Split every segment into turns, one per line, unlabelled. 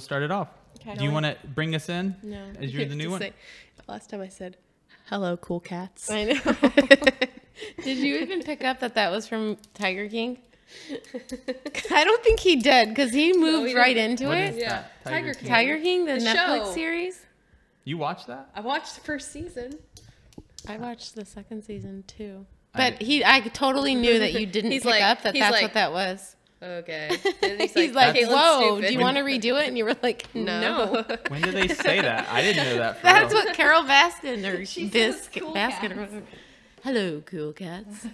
start it off.
Okay.
Do you want to bring us in?
No.
As you're the new one?
Last time I said,
Hello, cool cats.
I know.
Did you even pick up that that was from Tiger King? I don't think he did because he moved
he
right
didn't.
into
What
it.
is
Yeah.
that? Tiger
Tiger
King.
King.
Tiger King, the,
The
Netflix
show.
series.
You watch that?
I watched the first season.
I watched the second season too.
I
But he, I totally knew that you didn't
He's
pick
like-
up that
he's
that's
like-
what that was.
Okay.
He's like,
"That's-
whoa, do you want to redo it? And you were like, no.
When did they say that? I didn't know that. For
That's
real.
what Carol Baskin or
She
Bisc,
says cool
Baskin
cats.
or whatever. Hello, cool cats.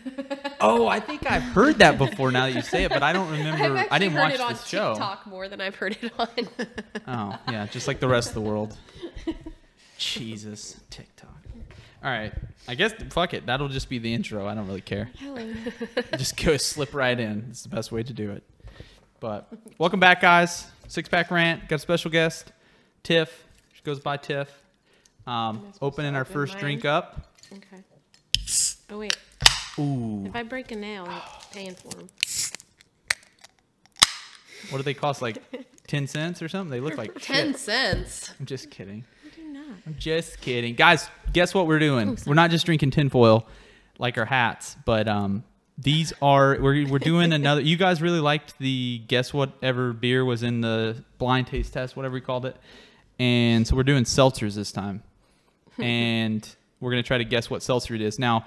Oh, I think I've heard that before. Now that you say it, but I don't remember. I didn't
heard
watch
it on
this show.
TikTok more than I've heard it on.
Oh, yeah, just like the rest of the world. Jesus, TikTok. All right, I guess fuck it. That'll just be the intro. I don't really care. just go slip right in. It's the best way to do it. But welcome back, guys. Six Pack Rant got a special guest, Tiff. She goes by Tiff. Um, opening our
open
first
mine?
drink up.
Okay. Oh, wait.
Ooh,
If I break a nail,
Oh.
it's paying for them.
what do they cost? Like ten cents or something? They look like
Ten
shit.
cents.
I'm just kidding.
I do not.
I'm just kidding. Guys, guess what we're doing? we're not just drinking tinfoil like our hats, but um, these are, we're, we're doing another. You guys really liked the guess whatever beer was in the blind taste test, whatever we called it. And so we're doing seltzers this time. And we're going to try to guess what seltzer it is. Now,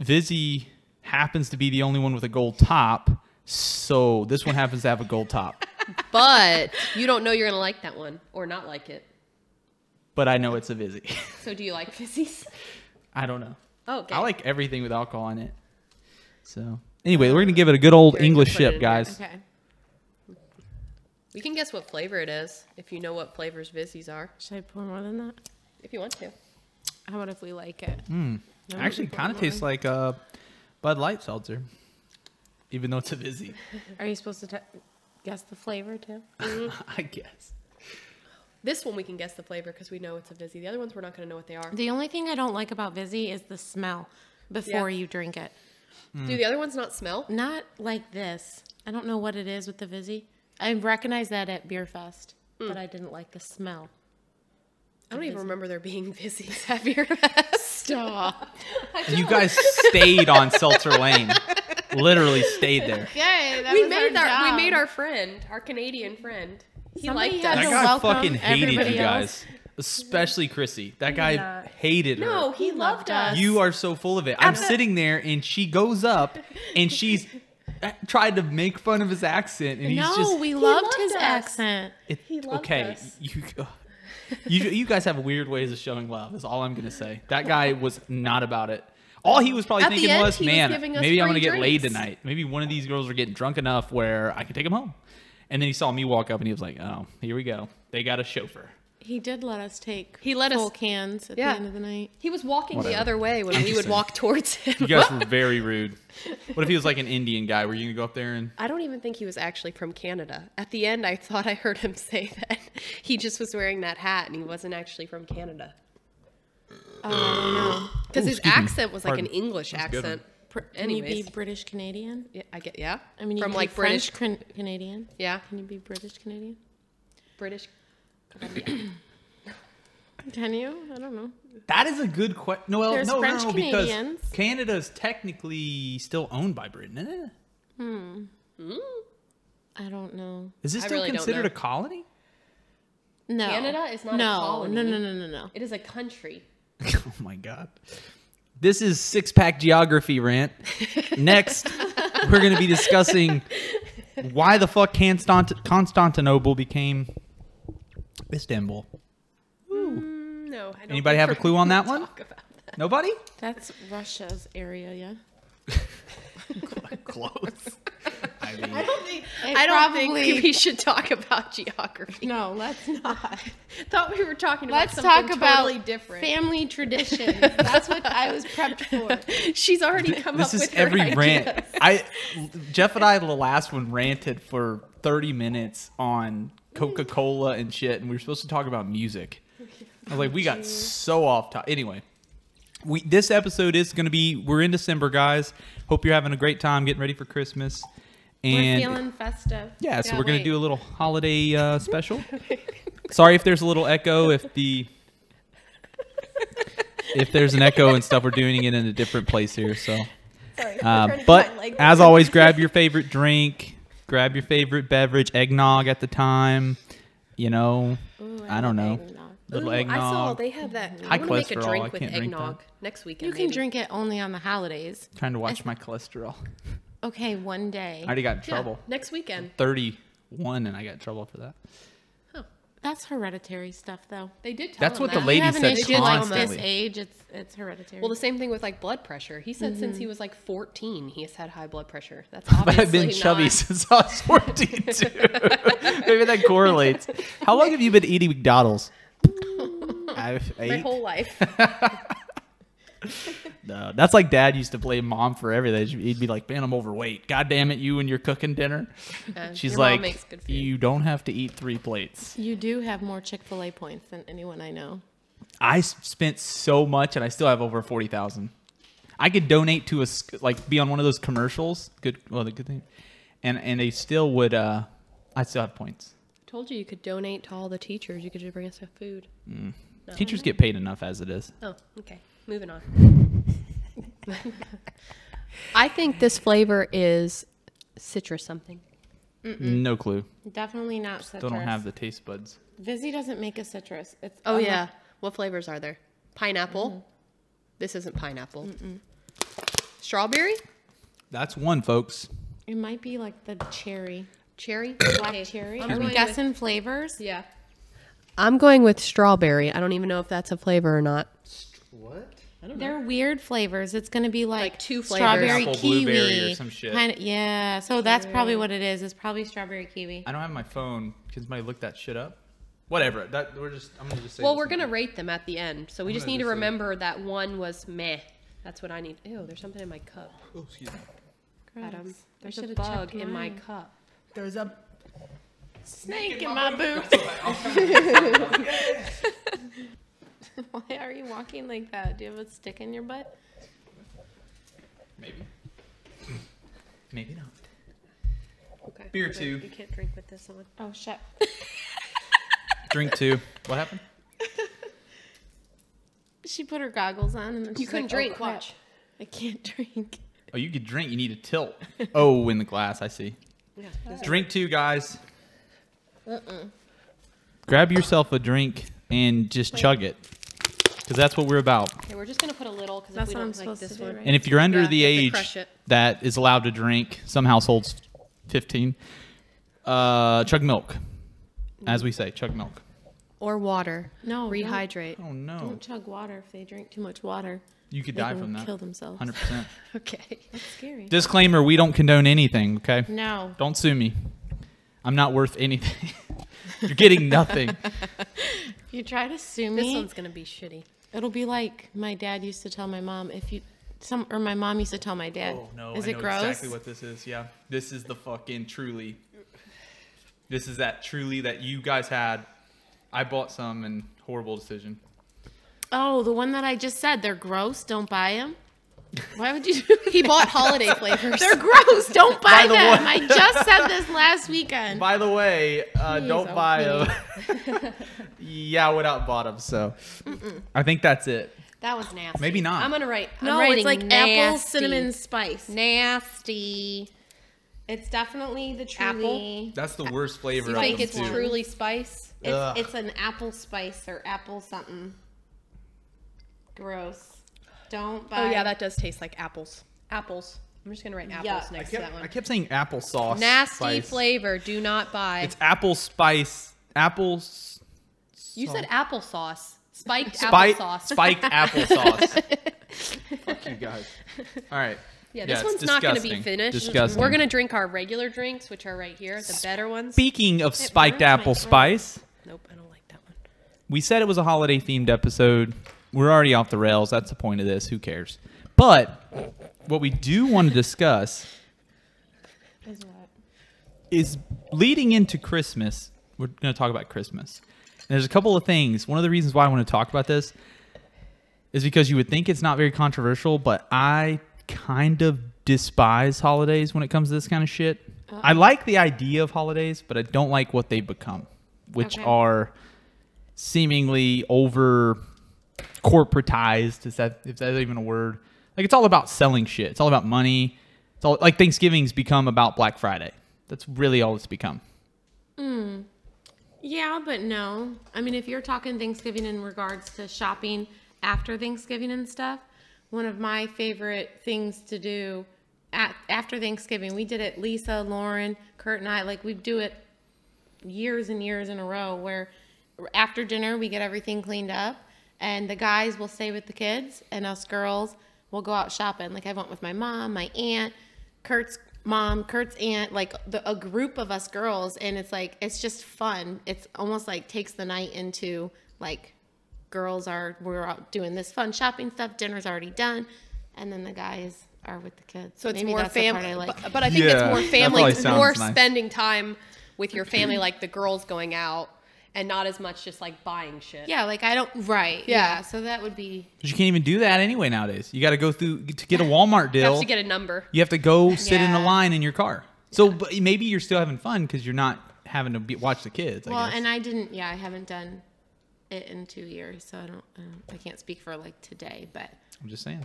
Vizzy happens to be the only one with a gold top. So this one happens to have a gold top.
But you don't know you're gonna like that one or not like it.
But I know it's a Vizzy.
So do you like fizzies?
I don't know.
Oh, okay.
I like everything with alcohol in it. So anyway, we're gonna give it a good old
Very good
English
put it in
ship,
there.
guys.
Okay.
We can guess what flavor it is if you know what flavors fizzies are.
Should I pour more than that?
If you want to.
How about if we like it? No,
Hmm. Actually,
we
kind of
don't
tastes like uh, Bud Light seltzer, even though it's a busy.
Are you supposed to t- guess the flavor too?
I guess.
This one we can guess the flavor because we know it's a fizzy. The other ones we're not gonna know what they are.
The only thing I don't like about Vizzy is the smell before
Yeah.
you drink it.
Mm.
Do the other ones not smell?
Not like this. I don't know what it is with the Vizzy. I recognize that at Beer Fest, but I didn't like the smell.
I don't even remember there being fizzies at your fest.
Stop.
You guys stayed on seltzer lane. Literally stayed there.
Okay, that
we
was
made our,
our
we made
job.
our friend, our Canadian friend. He
Somebody
liked
had
That
to
us.
guy
welcome
fucking hated you
everybody
guys, especially Chrissy. That guy
not.
hated her.
No, he, loved
loved
us.
You are so full of it. I'm sitting there and she goes up and she's uh, tried to make fun of his accent and he's
No,
just
we loved,
loved
his
us.
accent.
it,
he loved
okay.
us.
You, you you guys have weird ways of showing love. Is all I'm gonna say. That guy was not about it. All he was probably
At the
thinking
end,
was,
he was
man,
giving us
maybe I'm gonna
free
get laid
drinks."
tonight. Maybe one of these girls are getting drunk enough where I can take them home. And then he saw me walk up and he was like, oh, here we go. They got a chauffeur.
He did let us take
He let us-
full cans at
Yeah.
the end of the night.
He was walking
Whatever.
the other way when
I'm
we
just
would
saying.
walk towards him.
You guys were very rude. What if he was like an Indian guy? Were you gonna go up there and
I don't even think he was actually from Canada. At the end, I thought I heard him say that he just was wearing that hat and he wasn't actually from Canada. Because
Ooh,
his
excuse me.
accent was like
Pardon.
an English
a good
accent.
Pr- Can you be
Anyways.
British Canadian?
Yeah, I get yeah.
I mean, you
from
can
like
be
British,
French Can- Canadian.
yeah,
Can you be British Canadian?
British.
Can you? I don't know.
That is a good question. No, well,
There's
no, no,
French
no, because
Canadians.
Canada is technically still owned by Britain, isn't it?
Mm,
I don't know.
Is this
I
still
really don't
considered
know.
a colony?
No.
Canada is not a
no,
colony.
No, no, no, no, no.
It is a country.
oh my god. This is six pack geography rant. Next, we're going to be discussing why the fuck Constant- Constantinople became Istanbul.
No, I don't
Anybody have a clue on that one?
Talk about that.
Nobody?
That's Russia's area, yeah.
Close. I mean,
I don't think we should talk about geography.
No, let's not.
Thought we were talking about
Let's
something
talk about
totally different.
family traditions. That's what I was prepped for.
She's already come
this
up with
is every
her
rant.
ideas.
I Jeff and I the last one ranted for 30 minutes on Coca-Cola and shit and we were supposed to talk about music. I was like we got so off top. Anyway, we this episode is going to be we're in December guys. Hope you're having a great time getting ready for Christmas.
We're
and
feeling festive.
yeah, so we're gonna
wait.
do a little holiday uh, special. Sorry if there's a little echo. If the if there's an echo and stuff, we're doing it in a different place here. So, uh, but as always, grab your favorite drink, grab your favorite beverage, eggnog at the time. You know, I don't know, little
Ooh,
eggnog.
I saw they have that.
High
I want to make a
cholesterol,
drink
I
with
can't drink that.
eggnog next weekend.
You can
maybe.
drink it only on the holidays.
Trying to watch my cholesterol.
Okay, one day.
I already got in
Yeah,
trouble.
next weekend.
Thirty-one, and I got in trouble for that.
That's hereditary stuff, though.
They did tell
That's
him
what the
that.
If
lady
you have an
said
issue like this
constantly.
age, it's it's hereditary.
Well, the same thing with like blood pressure. He said since he was like 14, he has had high blood pressure. That's obviously
But I've been chubby
not-
since I was 14, too. Maybe that correlates. How long have you been eating McDonald's? I've
my
ate.
whole life.
No, Uh, that's like dad used to blame mom for everything. He'd be like, man, I'm overweight. God damn it, you and your cooking dinner.
Yeah,
She's
your mom
like,
makes good food.
you don't have to eat three plates.
you do have more Chick Fil A points than anyone I know.
I s- spent so much and I still have over 40,000. I could donate to a, sc- like, be on one of those commercials. Good, well, the good thing. And, and they still would, uh, I still have points.
Told you you could donate to all the teachers. You could just bring us some food.
Teachers get paid enough as it is.
Oh, okay. Moving on. I think this flavor is citrus something.
No clue.
Definitely not citrus.
Still don't have the taste buds.
Vizzy doesn't make a citrus. It's um,
Oh
unlike-
yeah. What flavors are there? Pineapple. This isn't pineapple. Strawberry,
That's one, folks.
It might be like the cherry,
cherry,
black cherry.
I'm
Are we
going
guessing flavors?
yeah. I'm going with strawberry. I don't even know if that's a flavor or not.
They're weird flavors. It's gonna be like,
Like two flavors.
strawberry
Apple,
kiwi,
blueberry, or some shit.
Kinda- yeah, so that's probably what it is. It's probably strawberry kiwi.
I don't have my phone. Can somebody look that shit up? Whatever. That we're just. I'm gonna just say.
Well,
this
we're
is-
gonna rate them at the end, so we just
gonna
need to
just say-
remember that one was meh. That's what I need. Ew, there's something in my cup,
Oh, excuse me.
Adam.
Gross. I
There's a
should've
bug
checked
in my
mine.
cup.
There's a.
snake in my boot. Why are you walking like that? Do you have a stick in your butt?
Maybe. Maybe not.
Okay.
Beer two.
You can't drink with this on.
Oh shit.
Drink two. What happened?
She put her goggles on and then
You
she's
couldn't
like,
drink.
Oh, crap.
Watch.
I can't drink.
Oh, you could drink. You need a tilt. oh, in the glass. I see.
Yeah.
Drink two, guys. Uh-uh. Grab yourself a drink and just chug it, because that's what we're about.
Okay, we're just gonna put a little because
That's
if
what
we
I'm
don't like
supposed
this
to do,
one,
right?
And if you're under
Yeah,
the
you have to
age
crush it.
that is allowed to drink, some households 15, uh, chug milk. As we say, chug milk.
or water.
No, don't-
rehydrate.
Oh no.
Don't chug water if they drink too much water.
You could
They
die
can
from that.
Kill themselves.
100%.
Okay.
That's scary.
Disclaimer, we don't condone anything, okay?
No.
Don't sue me. I'm not worth anything. you're getting nothing.
If you try to sue
This
me,
one's gonna be shitty.
it'll be like my dad used to tell my mom if you some or my mom used to tell my dad.
Oh,
Is it gross?
this is. Yeah. This is the fucking truly. This is that truly that you guys had. I bought some and horrible decision.
Oh, the one that I just said. They're gross. Don't buy them. Why would you do
He bought holiday flavors.
They're gross. Don't buy,
Buy the
them.
one-
I just said this last weekend.
By the way, uh, don't
oh,
Jeez,
buy them. yeah, without bottom. So I think that's it.
that was nasty.
Maybe not.
I'm gonna write. I'm
no,
writing
it's like apple
nasty.
cinnamon spice.
Nasty.
It's definitely the
truly-
truly.
That's the worst flavor.
You
of
think
them
it's
two.
truly spice?
It's- Ugh.
It's, an apple spice or apple something. Gross. Don't buy.
Oh yeah, that does taste like apples. Apples. I'm just gonna write apples
Yuck.
I
next to that
kept, I
one.
kept saying applesauce.
Nasty
spice.
flavor. Do not buy.
It's apple spice. Apples.
you said applesauce. Spiked
Spike,
applesauce.
spiked applesauce. Fuck you guys. All right.
Yeah, this
it's
one's not going to be
disgusting.
finished.
Disgusting.
We're going to drink our regular drinks, which are right here, the better ones.
Speaking of spiked
burns my
apple
throat.
spice,
Nope, I don't like that one.
we said it was a holiday themed episode. We're already off the rails. That's the point of this. Who cares? But what we do want to discuss is leading into Christmas. We're going to talk about Christmas. And there's a couple of things. One of the reasons why I want to talk about this is because you would think it's not very controversial, but I kind of despise holidays when it comes to this kind of shit. I like the idea of holidays, but I don't like what they've become, which
Okay.
are seemingly over corporatized. Is that if that's even a word? Like it's all about selling shit. It's all about money. It's all like Thanksgiving's become about Black Friday. That's really all it's become.
Yeah, but no. I mean, if you're talking Thanksgiving in regards to shopping after Thanksgiving and stuff, one of my favorite things to do at, after Thanksgiving, we did it, Lisa, Lauren, Kurt, and I, like we do it years and years in a row where after dinner we get everything cleaned up and the guys will stay with the kids and us girls will go out shopping like i went with my mom my aunt kurt's mom kurt's aunt like the, a group of us girls and it's like it's just fun it's almost like takes the night into like girls are we're out doing this fun shopping stuff dinner's already done and then the guys are with the kids
So it's
Maybe
more
that's the part
family,
I like.
but, but I think it's
Yeah,
more
that
family,
probably
it's
sounds
more
nice.
spending time with your family, like the girls going out, and not as much just like buying shit.
yeah like i don't right
Yeah.
yeah so that would be
But you can't even do that anyway nowadays. You got to go through to get a Walmart
you
deal.
have to get a number.
You have to go sit in a
Yeah.
line in your car. So but maybe you're still having fun because you're not having to be, watch the kids. I
well,
guess.
and I didn't. Yeah, I haven't done it in two years, so I don't. I, don't, I can't speak for like today, but
I'm just saying.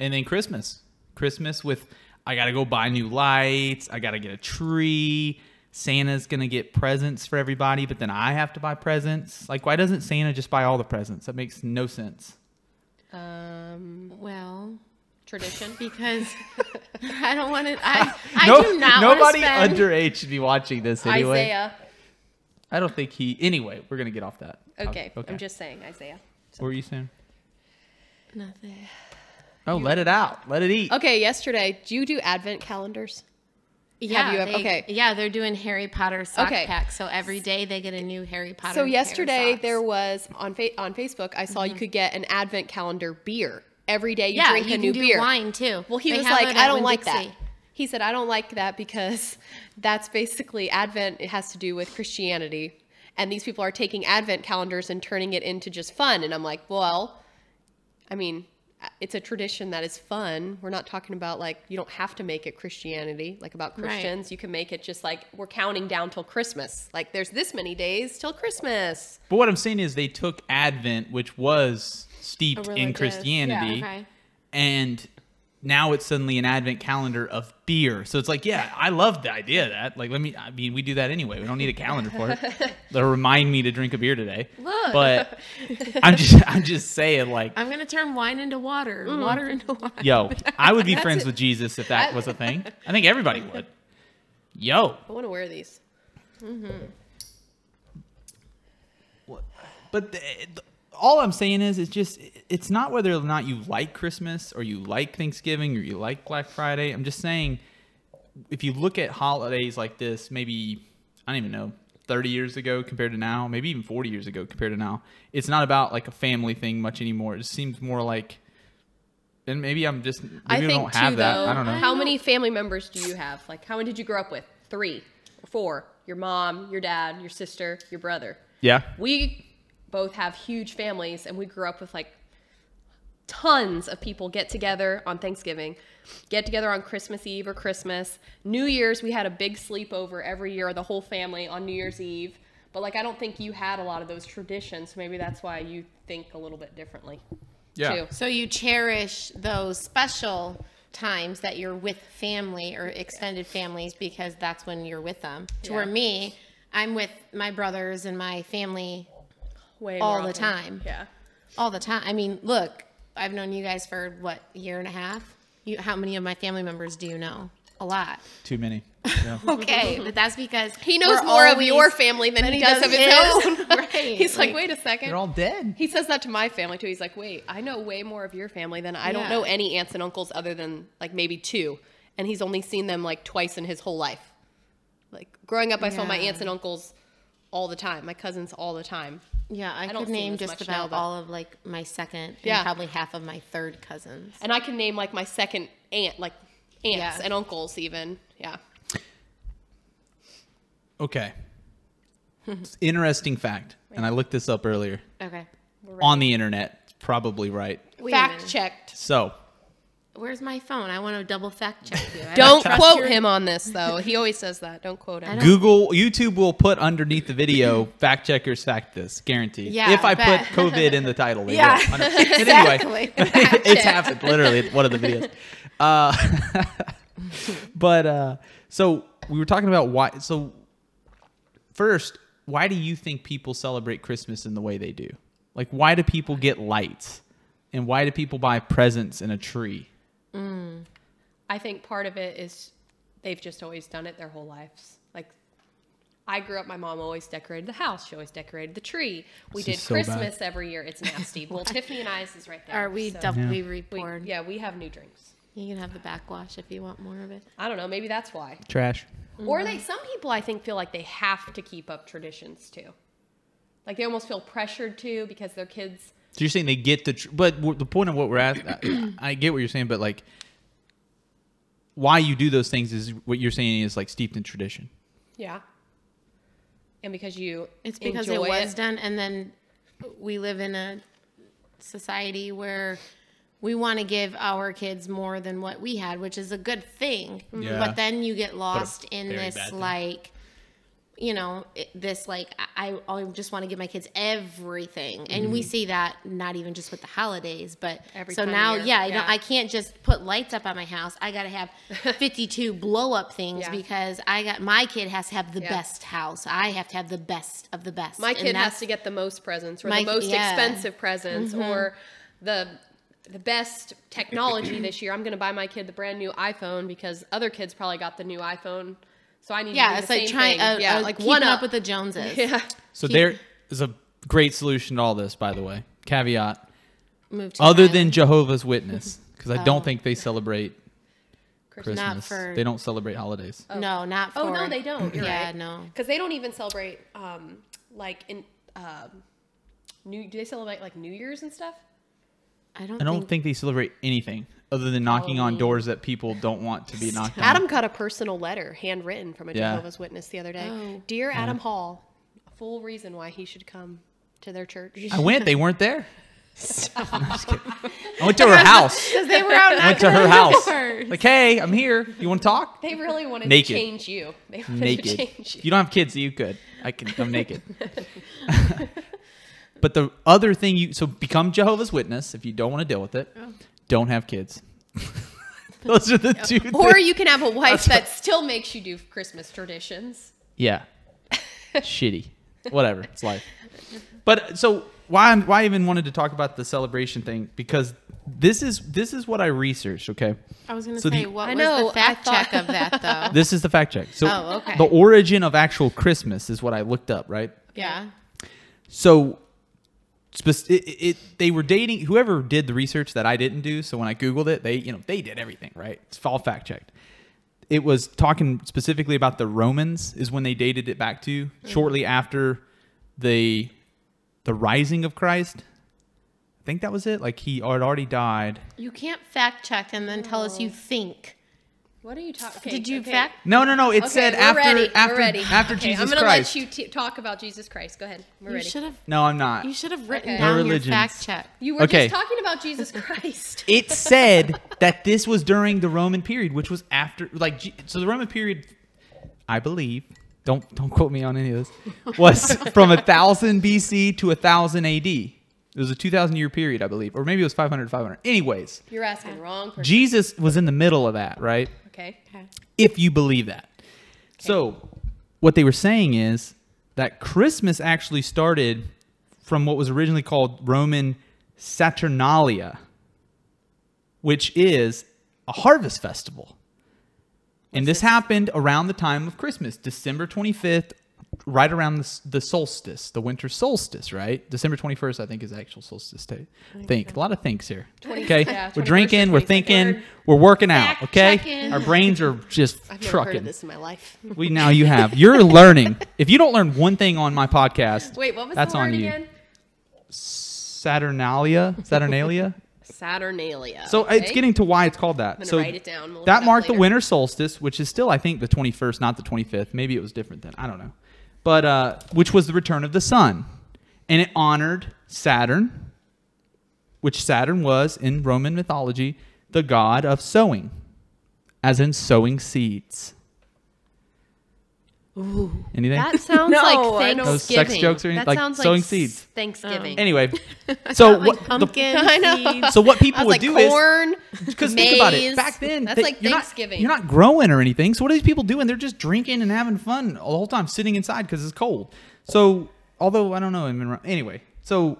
And then Christmas. Christmas with I gotta go buy new lights, I gotta get a tree, Santa's gonna get presents for everybody, but then I have to buy presents. Like why doesn't Santa just buy all the presents? That makes no sense.
Um,
well,
tradition.
because I don't want to. I I
No-
do not.
nobody
want to spend,
underage should be watching this anyway.
Isaiah.
I don't think he anyway, we're gonna get off that.
Okay, I'm just saying Isaiah.
What were you saying?
nothing.
Oh, let it out. Let it eat.
Okay, yesterday, do you do advent calendars?
Yeah,
you ever-
they-
okay.
Yeah, they're doing Harry Potter sock
Okay.
pack, so every day they get a new Harry Potter.
So
pair of
yesterday
socks.
there was on fa- on Facebook, I saw you could get an advent calendar beer. Every day Mm-hmm. you
yeah,
drink
you
a
can
new
do
beer.
wine too.
Well, he
They
was
have
like,
it
I
at
don't like that.
Winn-Dixie.
He said, I don't like that because that's basically Advent. It has to do with Christianity. And these people are taking Advent calendars and turning it into just fun. And I'm like, well, I mean, it's a tradition that is fun. We're not talking about like, you don't have to make it Christianity, like about
Right.
Christians. You can make it just like, we're counting down till Christmas. Like, there's this many days till Christmas.
But what I'm saying is they took Advent, which was steeped in
religious-
Christianity,
yeah, okay.
and now it's suddenly an Advent calendar of beer. So it's like, yeah, I love the idea of that. Like, let me, I mean, we do that anyway. We don't need a calendar for it. They'll remind me to drink a beer today.
Look.
But I'm just, I'm just saying, like,
I'm gonna turn wine into water, water into wine.
Mm. yo, I would be
That's
friends
it.
with Jesus if that was a thing. I think everybody would. Yo,
I want to wear these.
But the, the, all I'm saying is, it's just it's not whether or not you like Christmas or you like Thanksgiving or you like Black Friday. I'm just saying, if you look at holidays like this, maybe I don't even know. 30 years ago compared to now, maybe even 40 years ago compared to now, it's not about like a family thing much anymore. It just seems more like, and maybe I'm just, maybe
I
we
think
don't
too,
have that.
though.
I don't know.
How many family members do you have? Like, how many did you grow up with? Three, four. Your mom, your dad, your sister, your brother.
yeah.
We both have huge families, and we grew up with like tons of people get together on Thanksgiving, get together on Christmas Eve or Christmas. New Year's, we had a big sleepover every year, the whole family on New Year's Eve. But like, I don't think you had a lot of those traditions, so maybe that's why you think a little bit differently.
Yeah.
Too.
So you cherish those special times that you're with family or extended families because that's when you're with them. To where
Yeah.
me, I'm with my brothers and my family
Way
All
more
the
often.
time.
Yeah.
all the time. I mean, look, I've known you guys for what year and a half. You, how many of my family members do you know? A lot.
Too many. Yeah.
Okay, but that's because
He knows
we're
more of
always-
your family than
than
he
he
does,
does
of his, own.
Right.
He's like, wait a 2nd
They're all dead.
he says that to my family too. He's like, wait, I know way more of your family than I don't
Yeah.
know any aunts and uncles other than like maybe two. And he's only seen them like twice in his whole life. Like growing up, I saw my
Yeah.
aunts and uncles all the time, my cousins all the time.
Yeah, I, could
don't see him
name
as
just
much now,
about
but-
all of like my second
Yeah.
and probably half of my third cousins.
And I can name like my second aunt, like aunts
Yeah.
and uncles even. Yeah.
Okay. It's interesting fact. And I looked this up earlier.
Okay.
on the internet. Probably right.
Wait a
Fact
minute.
checked.
So,
Where's my phone? I want to double fact check you. I
Don't
trust
quote
your-
him on this though. He always says that. Don't quote him.
I don't-
Google, YouTube will put underneath the video, fact checkers fact this, guaranteed.
Yeah,
if I
bet.
put COVID in the title. they
Yeah,
will. But anyway, it's happened literally it's one of the videos. Uh, but uh, so we were talking about why. So first, why do you think people celebrate Christmas in the way they do? Like, why do people get lights, and why do people buy presents and a tree?
I think part of it is they've just always done it their whole lives. Like I grew up, my mom always decorated the house. She always decorated the tree. We
This
did
is so bad.
Christmas every year. It's nasty. well, Tiffany and I's is right there.
Are we
so
doubly
we-
reborn?
yeah, we have new drinks.
You can have the backwash if you want more of it.
I don't know. Maybe that's why.
Trash.
Mm-hmm.
Or they, some people I think feel like they have to keep up traditions too. Like they almost feel pressured to because their kids.
So you're saying they get the, tr- but w- the point of what we're at, I, I get what you're saying, but like, why you do those things is what you're saying is like steeped in tradition.
Yeah. And because you,
It's because it
enjoy
was done, and then we live in a society where we want to give our kids more than what we had, which is a good thing.
Yeah.
But then you get lost in
very
this
bad thing.
like, you know, it, this like I, I just want to give my kids everything, and we see that not even just with the holidays, but
Mm-hmm. Every
so
time of
now,
year,
yeah, I don't,
yeah.
I can't just put lights up at my house. I got to have fifty-two blow-up things
Yeah.
because I got my kid has to have the
Yeah.
best house. I have to have the best of the best.
My
And
kid
that's-
has to get the most presents or
My-
the most
yeah.
expensive presents or the the best technology this year. I'm going to buy my kid the brand new iPhone because other kids probably got the new iPhone. So I need to
Yeah,
do
it's
the
like
same
trying. Uh,
thing. yeah,
uh,
like
keeping
one
up with the Joneses.
yeah.
So
Keep-
there is a great solution to all this, by the way. Caveat:
Move to
other
Thailand.
than Jehovah's Witness, because I
Oh.
don't think they celebrate Christmas.
Not for-
They don't celebrate holidays.
no, not for.
Oh no, they don't. You're
yeah,
right.
no.
because they don't even celebrate um like in um new. Do they celebrate like New Year's and stuff?
I don't.
I don't
think,
think they celebrate anything other than knocking on doors that people don't want to be knocked on.
Adam got a personal letter, handwritten from a
Yeah.
Jehovah's Witness the other day.
Oh.
Dear Adam Hall, a full reason why he should come to their church.
I went. They weren't there. I'm just kidding. I went to her house.
because they were out.
I went to her house. Like, hey, I'm here. You want to talk?
They really wanted
Naked.
to change you. They wanted to
naked.
change you.
If you don't have kids, you could. I can. I'm naked. but the other thing you so become Jehovah's Witness if you don't want to deal with it. Don't have kids. Those are the two.
or
things.
you can have a wife that still makes you do Christmas traditions.
Yeah. Shitty. Whatever. It's life. But so why I'm, why I even wanted to talk about the celebration thing because this is this is what I researched. Okay.
I was gonna
So the-
say what
I
was the
know, I
fact
thought-
check of that though?
This is the fact check. So
Oh, okay.
the origin of actual Christmas is what I looked up. Right.
yeah.
So, spec- it, it, it they were dating whoever did the research that I didn't do. So when I googled it, they you know they did everything right. It's all fact checked. It was talking specifically about the Romans is when they dated it back to
Mm.
shortly after the the rising of Christ. I think that was it. Like he had already died.
You can't fact check and then tell
Oh.
us you think.
What are you talking?
Did you fact?
No, no, no. It
Okay,
said
we're
after
ready.
after
we're ready.
after
okay,
Jesus
I'm gonna
Christ.
let you t- talk about Jesus Christ. Go ahead. We're
You
ready.
should have.
no, I'm not.
You should have written
Okay. No
down your
religions.
fact check.
You were
Okay.
just talking about Jesus Christ.
it said that this was during the Roman period, which was after, like, G- so the Roman period, I believe, don't don't quote me on any of this, was from 1000 BC to 1000 AD. It was a 2000 year period, I believe, or maybe it was 500 500. Anyways,
You're asking wrong person.
Jesus was in the middle of that, right?
okay.
if you believe that. So, what they were saying is that Christmas actually started from what was originally called Roman Saturnalia, which is a harvest festival. And this happened around the time of Christmas, December 25th, right around the, s- the solstice, the winter solstice, right? December 21st, I think, is the actual solstice day. Think. A lot of thinks here. Okay.
yeah,
we're
21st or
drinking, we're
22nd.
thinking, we're working out,
Fact
okay?
checking.
Our brains are just
I've never heard of
trucking.
this in my life.
We now you have. You're learning. If you don't learn one thing on my podcast,
Wait, what was
that's
the word
on you.
again?
Saturnalia, Saturnalia.
Saturnalia.
So it's
okay?
getting to why it's called that.
gonna
so
write it down. We'll look it
that
up
marked the
later.
winter solstice, which is still, I think, the 21st, not the 25th. Maybe it was different then. I don't know. But uh, which was the return of the sun, and it honored Saturn, which Saturn was in Roman mythology the god of sowing, as in sowing seeds. Ooh, Anything?
That sounds
No, I know.
like Thanksgiving.
Those sex jokes or anything?
That
Like
sounds like
sowing seeds.
s- Thanksgiving.
anyway, so
like
what the,
pumpkin
I know.
seeds.
so what people
That's
would
like
do is
corn.
because think about
maize.
it. Back then,
That's
they-
like
you're Not,
Thanksgiving.
you're not growing or anything. So what are these people doing? They're just drinking and having fun the whole time, sitting inside because it's cold. So although I don't know, I mean, anyway, so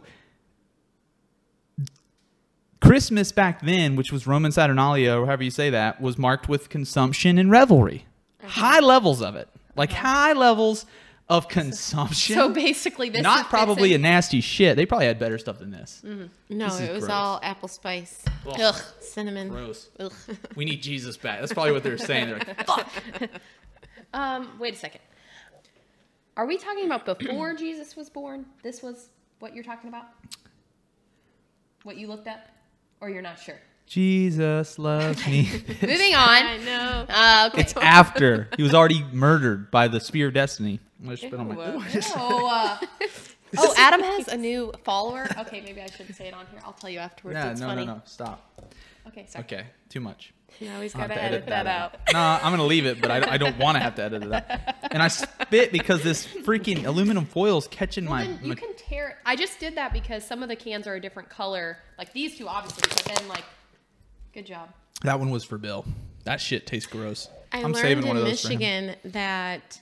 Christmas back then, which was Roman Saturnalia or however you say that, was marked with consumption and revelry,
Uh-huh.
high levels of it, like high levels of consumption.
So basically, this
not
is- Mm-hmm.
probably a
it's
nasty shit. They probably had better stuff than this.
No,
This is
it was
gross.
all apple spice,
Ugh.
Ugh.
cinnamon.
Gross. We need Jesus back. That's probably what they're saying. They're like,
Um, wait a second. Are we talking about before Jesus was born? This was what you're talking about? What you looked up? Or you're not sure?
Jesus loves me.
Moving
I
on.
know.
Uh, okay.
it's after he was already murdered by the spear of destiny. I'm gonna spit on my-
Ew.
Oh, uh, oh, Adam has a new follower. Okay, maybe I shouldn't say it on here. I'll tell you afterwards.
Yeah,
it's
no,
funny.
no, no. Stop.
Okay, sorry.
Okay, too much.
No, he's
I'll
got to
have
edit, that out.
No, I'm gonna leave it, but I, I don't want to have to edit it out. And I spit because this freaking aluminum foil's catching
Well,
my.
then you
my-
can tear it. I just did that because some of the cans are a different color. Like these two, obviously, but then, like, good job.
that one was for Bill. That shit tastes gross.
I
am
learned
saving
in
one of those
Michigan that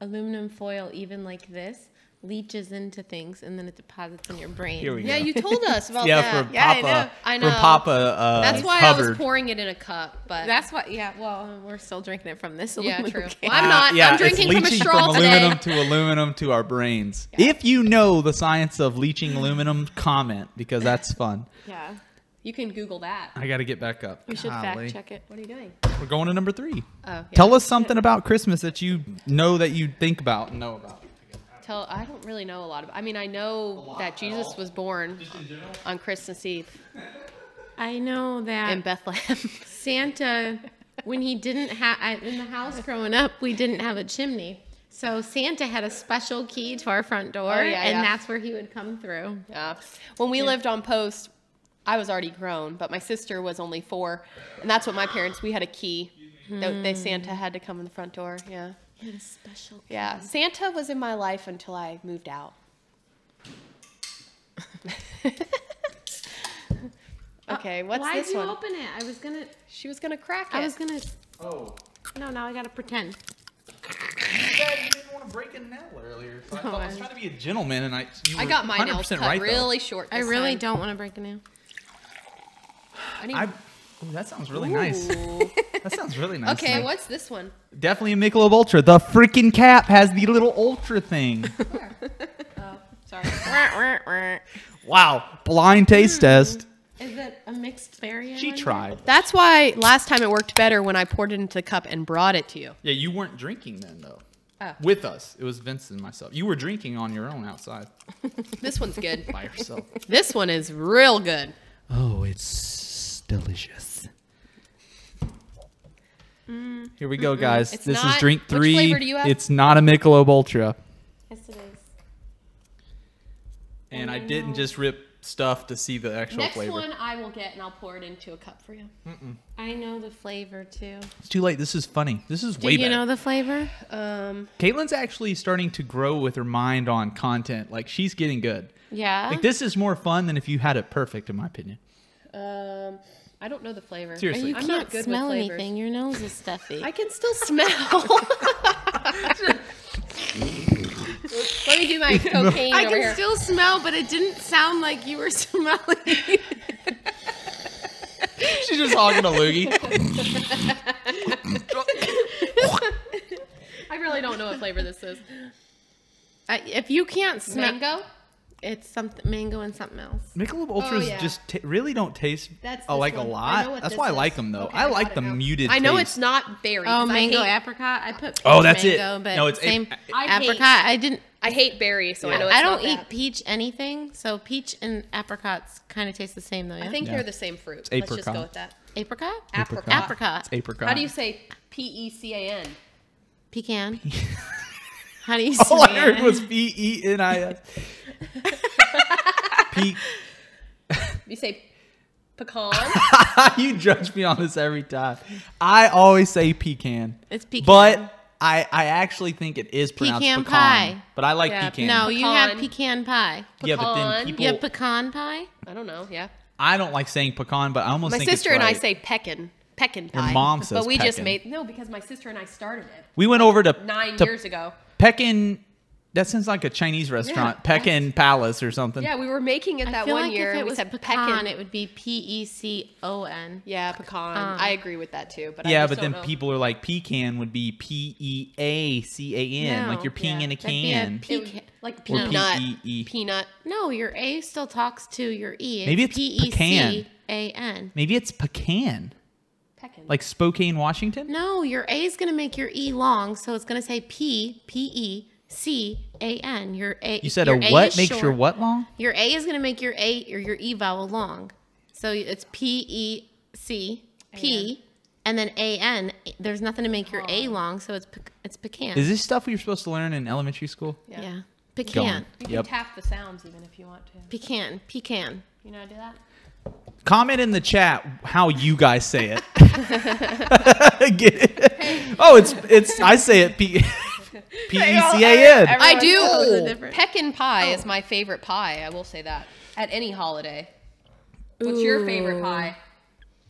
aluminum foil, even like this, leaches into things and then it deposits in your brain.
for him. Oh, Here we go.
Yeah, you told us about
yeah,
that.
from
Yeah, I
Papa.
know. I
From
know.
Papa. Uh,
That's why I was
Hubbard.
pouring it in a cup, but
That's what. Yeah. Well, we're still drinking it from this.
Yeah,
aluminum
true.
can.
I'm not.
Uh, Yeah,
I'm drinking
it's
from a
leaching
straw
from
today.
aluminum to aluminum to our brains. If you know the science of leaching aluminum, comment because that's fun.
Yeah.
You can Google that.
I got to get back up.
We should
Golly.
fact check it.
What are you doing?
We're going to number three.
Oh, yeah.
Tell us something about Christmas that you know that you think about and know about.
Tell. I don't really know a lot of. I mean, I know that Jesus was born on Christmas Eve
I know that
in Bethlehem.
Santa, when he didn't have in the house growing up, we didn't have a chimney. So Santa had a special key to our front door,
Oh, yeah,
and
yeah.
that's where he would come through.
Yeah. When we lived on post, I was already grown, but my sister was only four, and that's what my parents. We had a key. That they Santa had to come in the front door. Yeah.
He had a special key.
Yeah. Santa was in my life until I moved out. okay. What's
Why
this
did you
one?
open it? I was gonna.
She was gonna crack it.
I was gonna.
Oh,
No, now I gotta pretend.
you didn't want to break a nail earlier. So I,
thought I was
trying to be a gentleman, and I
I got my nails cut really short.
I
this
really
time.
don't want to break a nail.
I need-
I, oh, that sounds really nice.
Ooh.
That sounds really nice.
okay,
Nick.
what's this one?
Definitely a Michelob Ultra. The freaking cap has the little Ultra thing.
Sorry.
wow, blind
Hmm.
taste test.
Is it a mixed berry?
She tried.
That's why last time it worked better when I poured it into the cup and brought it to you.
Yeah, you weren't drinking then though.
Oh.
With us, it was Vincent and myself. You were drinking on your own outside
This one's good.
by yourself.
this one is real good.
oh, it's delicious. Here we go, guys.
Mm. It's
this
not-
is drink
which
three.
flavor do you have?
It's not a Michelob Ultra.
Yes, it is.
And I didn't just rip stuff to see the actual
Next
flavor.
one I will get and I'll pour it into a cup for you.
I know the flavor too.
It's too late. This is funny. This is
Do
way
you
better.
know the flavor?
Um,
Caitlin's actually starting to grow with her mind on content. Like she's getting good.
Yeah.
Like this is more fun than if you had it perfect, in my opinion.
um, I don't know the flavor.
Seriously.
you
I'm
can't
not good with
smell
flavors.
anything. Your nose is stuffy.
I can still smell. Let me do my cocaine
I
over
can
here.
still smell, but it didn't sound like you were smelling.
She's just hogging a loogie.
I really don't know what flavor this is.
I, if you can't smell,
Mango?
it's something mango and something else.
Michelob Ultras
Oh, yeah.
just t- really don't taste
That's
uh,
this
like
one.
a
I know
lot.
what
That's
this
why I
is.
like them though.
Okay,
I
I
like
got
the
it now.
muted.
I know
taste.
it's not berry.
Oh, mango
I hate,
apricot. I put
Oh,
peach
that's it.
mango, But
No, it's
same
ap-
I
I hate-
apricot. I didn't.
I hate berry, so I know it's
I don't
not
eat
that.
peach anything, so peach and apricots kind of taste the same though. Yeah?
I think
Yeah.
they're the same fruit.
It's
Let's just
apricot.
go with that.
apricot,
Apricot.
apricot,
It's apricot.
How do you say P E C A N?
pecan. How do you
All I
say
heard
it?
was P E N I S. P
You say pecan.
you judge me on this every time. I always say pecan.
It's pecan.
But I, I actually think it is pronounced
Pecan
pecan.
pie.
But I like
Yeah,
pecan.
No, you have
Pecan.
pecan pie.
yeah, but then
pecan.
people.
You have pecan pie?
I don't know. Yeah.
I don't like saying pecan, but I almost
My
think it's
sister and I
right.
say peckin. Peckin
Your
pie.
mom says
But we just
peckin.
made no because my sister and I started it
we went over to
nine
to
years ago.
Pekin. That sounds like a Chinese restaurant,
that's-
Pekin Palace or something.
Yeah, we were making it
I
that
feel
one
like
year.
if
and
it
we
was
said
pecan,
peckin.
it would be P E C O N.
yeah, pecan.
Pecan.
I agree with that too. But I
Yeah,
just
but
don't
then
know.
people are like pecan would be P E A C A N, like
No,
you're peeing
yeah.
in a
That'd be a
can.
pe-
Pecan, like
Or E
peanut,
P-E-E.
peanut.
No, your A still talks to your E.
Maybe it's pecan.
P-E-C-A-N.
Maybe it's pecan,
Peckin.
like Spokane, Washington.
No, your A is going to make your E long, so it's going to say P P E C A N. Your A.
You said
your
a
A
what
is
makes your
short.
what long?
Your A is going to make your A or your E vowel long, so it's P E C P, and then A N. There's nothing to make your A long, so it's pec- it's pecan.
Is this stuff you're supposed to learn in elementary school?
Yeah,
Yeah.
pecan,
You
Yep.
can tap the sounds even if you want to.
pecan, pecan.
You know how to do that?
Comment in the chat how you guys say it. Get it? Oh, it's it's I say it P P E C A N.
I do.
knows the difference.
Pecan pie
Oh.
is my favorite pie. I will say that at any holiday. What's your favorite
Ooh.
pie?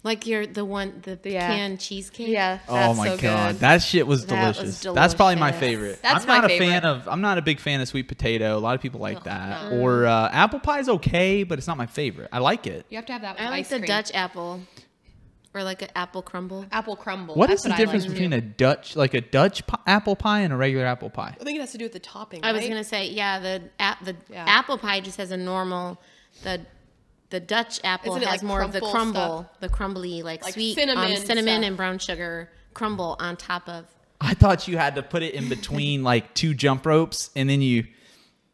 Like your the one the
Yeah.
pecan cheesecake.
Oh my god, that shit was
That was
delicious. That's probably my
delicious.
favorite.
That's
I'm
my
not a
favorite.
fan of. I'm not a big fan of sweet potato. A lot of people like that. Or uh, apple pie is okay, but it's not my favorite. I like it.
You have to have that with
I like
ice
the
cream.
Dutch apple, or like an apple crumble.
apple crumble.
What
That's
is the difference
I like.
between a Dutch, like a Dutch pi- apple pie, and a regular apple pie?
I think it has to do with the topping.
I was
right?
gonna say, yeah, the ap- the
Yeah.
apple pie just has a normal the the Dutch apple
Isn't it
has
like
more of the
crumple
crumble, the crumbly like,
Like
sweet
cinnamon
cinnamon, um, cinnamon
stuff.
and brown sugar crumble on top of.
I thought you had to put it in between like two jump ropes, and then you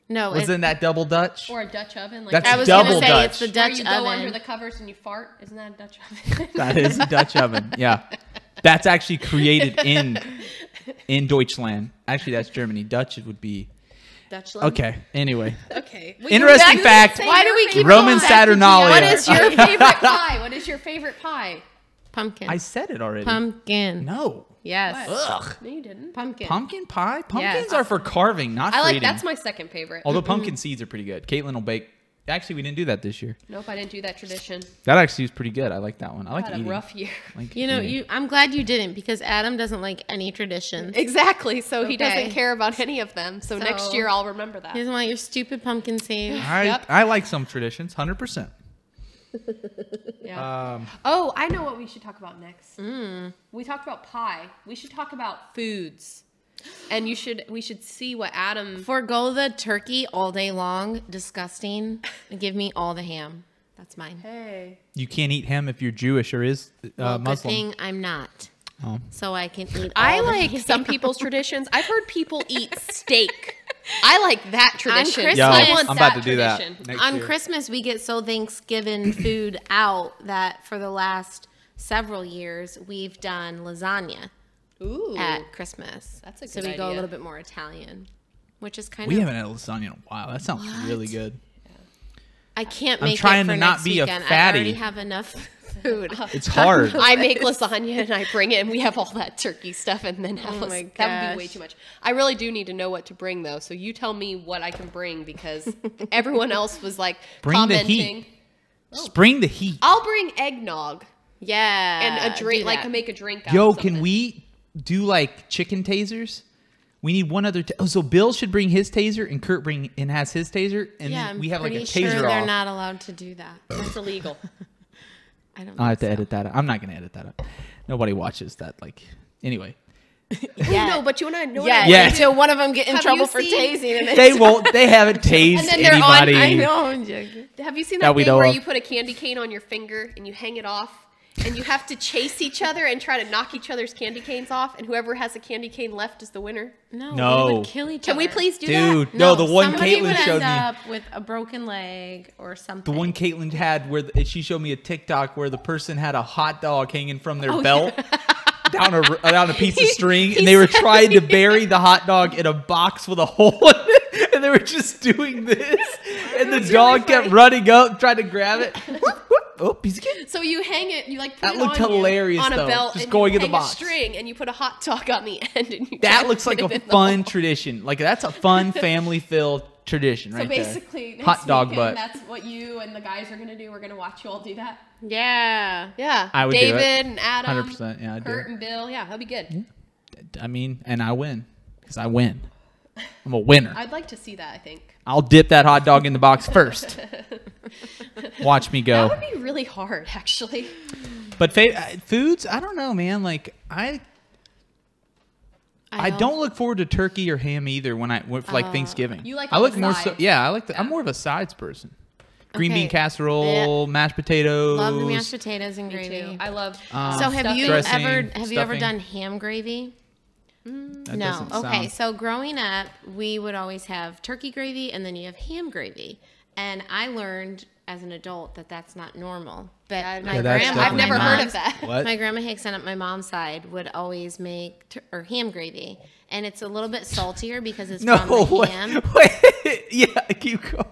No, it,
wasn't that double Dutch.
or a Dutch oven. Like
That's
I was
double
gonna say
Dutch.
it's the
where
Dutch
you
oven.
go under the covers and you fart. Isn't that a Dutch oven?
That is a Dutch oven. Yeah, that's actually created in in Deutschland. Actually, that's Germany. Dutch would be
Dutch love.
okay. Anyway,
okay. Well,
Interesting
you're-
fact.
Why do we keep
Roman
going back to
Saturnalia.
What
Gianna?
is your favorite pie? What is your favorite pie?
pumpkin?
I said it already.
pumpkin.
no.
Yes.
Ugh.
No, you didn't.
Pumpkin.
Pumpkin pie? Pumpkins
Yes.
are for carving, not
I like.
creating.
That's my second favorite.
Although pumpkin seeds are pretty good. Caitlin will bake. Actually, we didn't do that this year.
Nope, I didn't do that tradition.
That actually was pretty good. I like that one. I like
Had a
eating.
rough year.
I like
You know,
eating.
you. I'm glad you didn't because Adam doesn't like any traditions.
Exactly. So he
Okay.
doesn't care about any of them. So, next
So-
year I'll remember that.
He doesn't want your stupid pumpkin seeds.
I,
Yep.
I like some traditions, hundred percent.
Yeah.
Um,
oh, I know what we should talk about next. We talked about pie. We should talk about foods. And you should we should see what Adam
Forgo the turkey all day long. Disgusting. Give me all the ham. That's mine.
Uh, Hey.
you can't eat ham if you're Jewish or is uh,
Well,
Muslim.
Good thing I'm not.
Oh.
So I can eat.
I
all the
like
ham.
some people's traditions. I've heard people eat steak. I like that tradition.
Christmas-
Yo,
I
I'm
want
about to do that next
on
year.
Christmas we get so Thanksgiving food out that for the last several years we've done lasagna
Ooh.
at Christmas.
That's a
so
good
we go a
idea.
little bit more Italian, which is kind
We
of
haven't had lasagna in a while. That sounds really good.
I can't make
trying
it
to
for
not
next
be a
weekend. I
fatty.
already have enough food.
It's hard.
I make lasagna and I bring it, and we have all that turkey stuff, and then have
Oh
las-
my
that would be way
gosh.
too much. I really do need to know what to bring though. So you tell me what I can bring because everyone else was like
Bring the
commenting.
heat. Just Bring the heat.
I'll bring eggnog
yeah.
and a drink,
do
like
that.
to make a drink. Out
Yo,
of
can
something.
we do like chicken tasers? We need one other. T- oh, so Bill should bring his taser, and Kurt bring and has his taser, and
Yeah,
then
I'm
we have like a
pretty
taser
sure
off.
they're not allowed to do that.
That's illegal.
I don't.
I'll
know.
have to edit that. Out. I'm not gonna edit that. Up. Nobody watches that. Like anyway,
Yeah.
No, but you and I know.
Yeah,
Yeah.
until one of them get in
Have
trouble
you
for
seen-
tasing, and then
they won't. They haven't tased
And then they're on-
anybody.
I know. I'm joking.
Have you seen
That
that,
we
thing
know
where
of.
you put a candy cane on your finger and you hang it off? And you have to chase each other and try to knock each other's candy canes off, and whoever has a candy cane left is the winner.
No,
No.
we would kill each
Can
other.
we please do that?
Dude, no, the one
somebody
Caitlin
would
showed
end
me.
up with a broken leg or something.
The one Caitlin had where the, she showed me a TikTok where the person had a hot dog hanging from
Oh,
their belt down a r- down a piece of string, and they were trying to bury the hot dog in a box with a hole in it, and they were just doing this, and the
was really
dog kept
funny.
running up, trying to grab it. Whoop, whoop.
oh, piece of cake.
So you hang it, you like put
That
it
looked
on you,
hilarious,
on a
though,
belt,
just
and
going
you
in the
hang
box.
a string, and you put a hot dog on the end, and you
That
drive
looks like
it
a
in the
fun
hole.
tradition. Like that's a fun family-filled tradition,
So
right
basically,
there.
next
hot dog butt.
weekend, That's what you and the guys are gonna do. We're gonna watch you all do that.
Yeah.
Yeah,
I would do it.
David and Adam,
100%, yeah, I'd do
Kurt
it.
and Bill. Yeah, that'd be good.
I mean, and I win because I win. I'm a winner.
I'd like to see that. I think
I'll dip that hot dog in the box first. Watch me go.
that would be really hard, actually.
But fa- uh, foods, I don't know, man. Like I, I, don't look forward to turkey or ham either when I when, for, like Thanksgiving.
you like
I look
the
more so.
sides.
Yeah, I like. The, I'm more of a sides person. Green
Okay.
bean casserole, mashed potatoes.
Love the mashed potatoes and gravy.
Too. I love.
Um,
So have you
Dressing,
ever have you ever
stuffing.
done ham gravy?
That
no.
doesn't
Okay.
sound-
So growing up, we would always have turkey gravy and then you have ham gravy. And I learned as an adult that that's not normal. But my
Yeah, that's
grandma,
I've
definitely
my
never heard
mom's-
of that.
What?
My grandma Hicks on my mom's side would always make tur- or ham gravy, and it's a little bit saltier because it's
No,
from the
wait,
ham.
wait. yeah, keep going.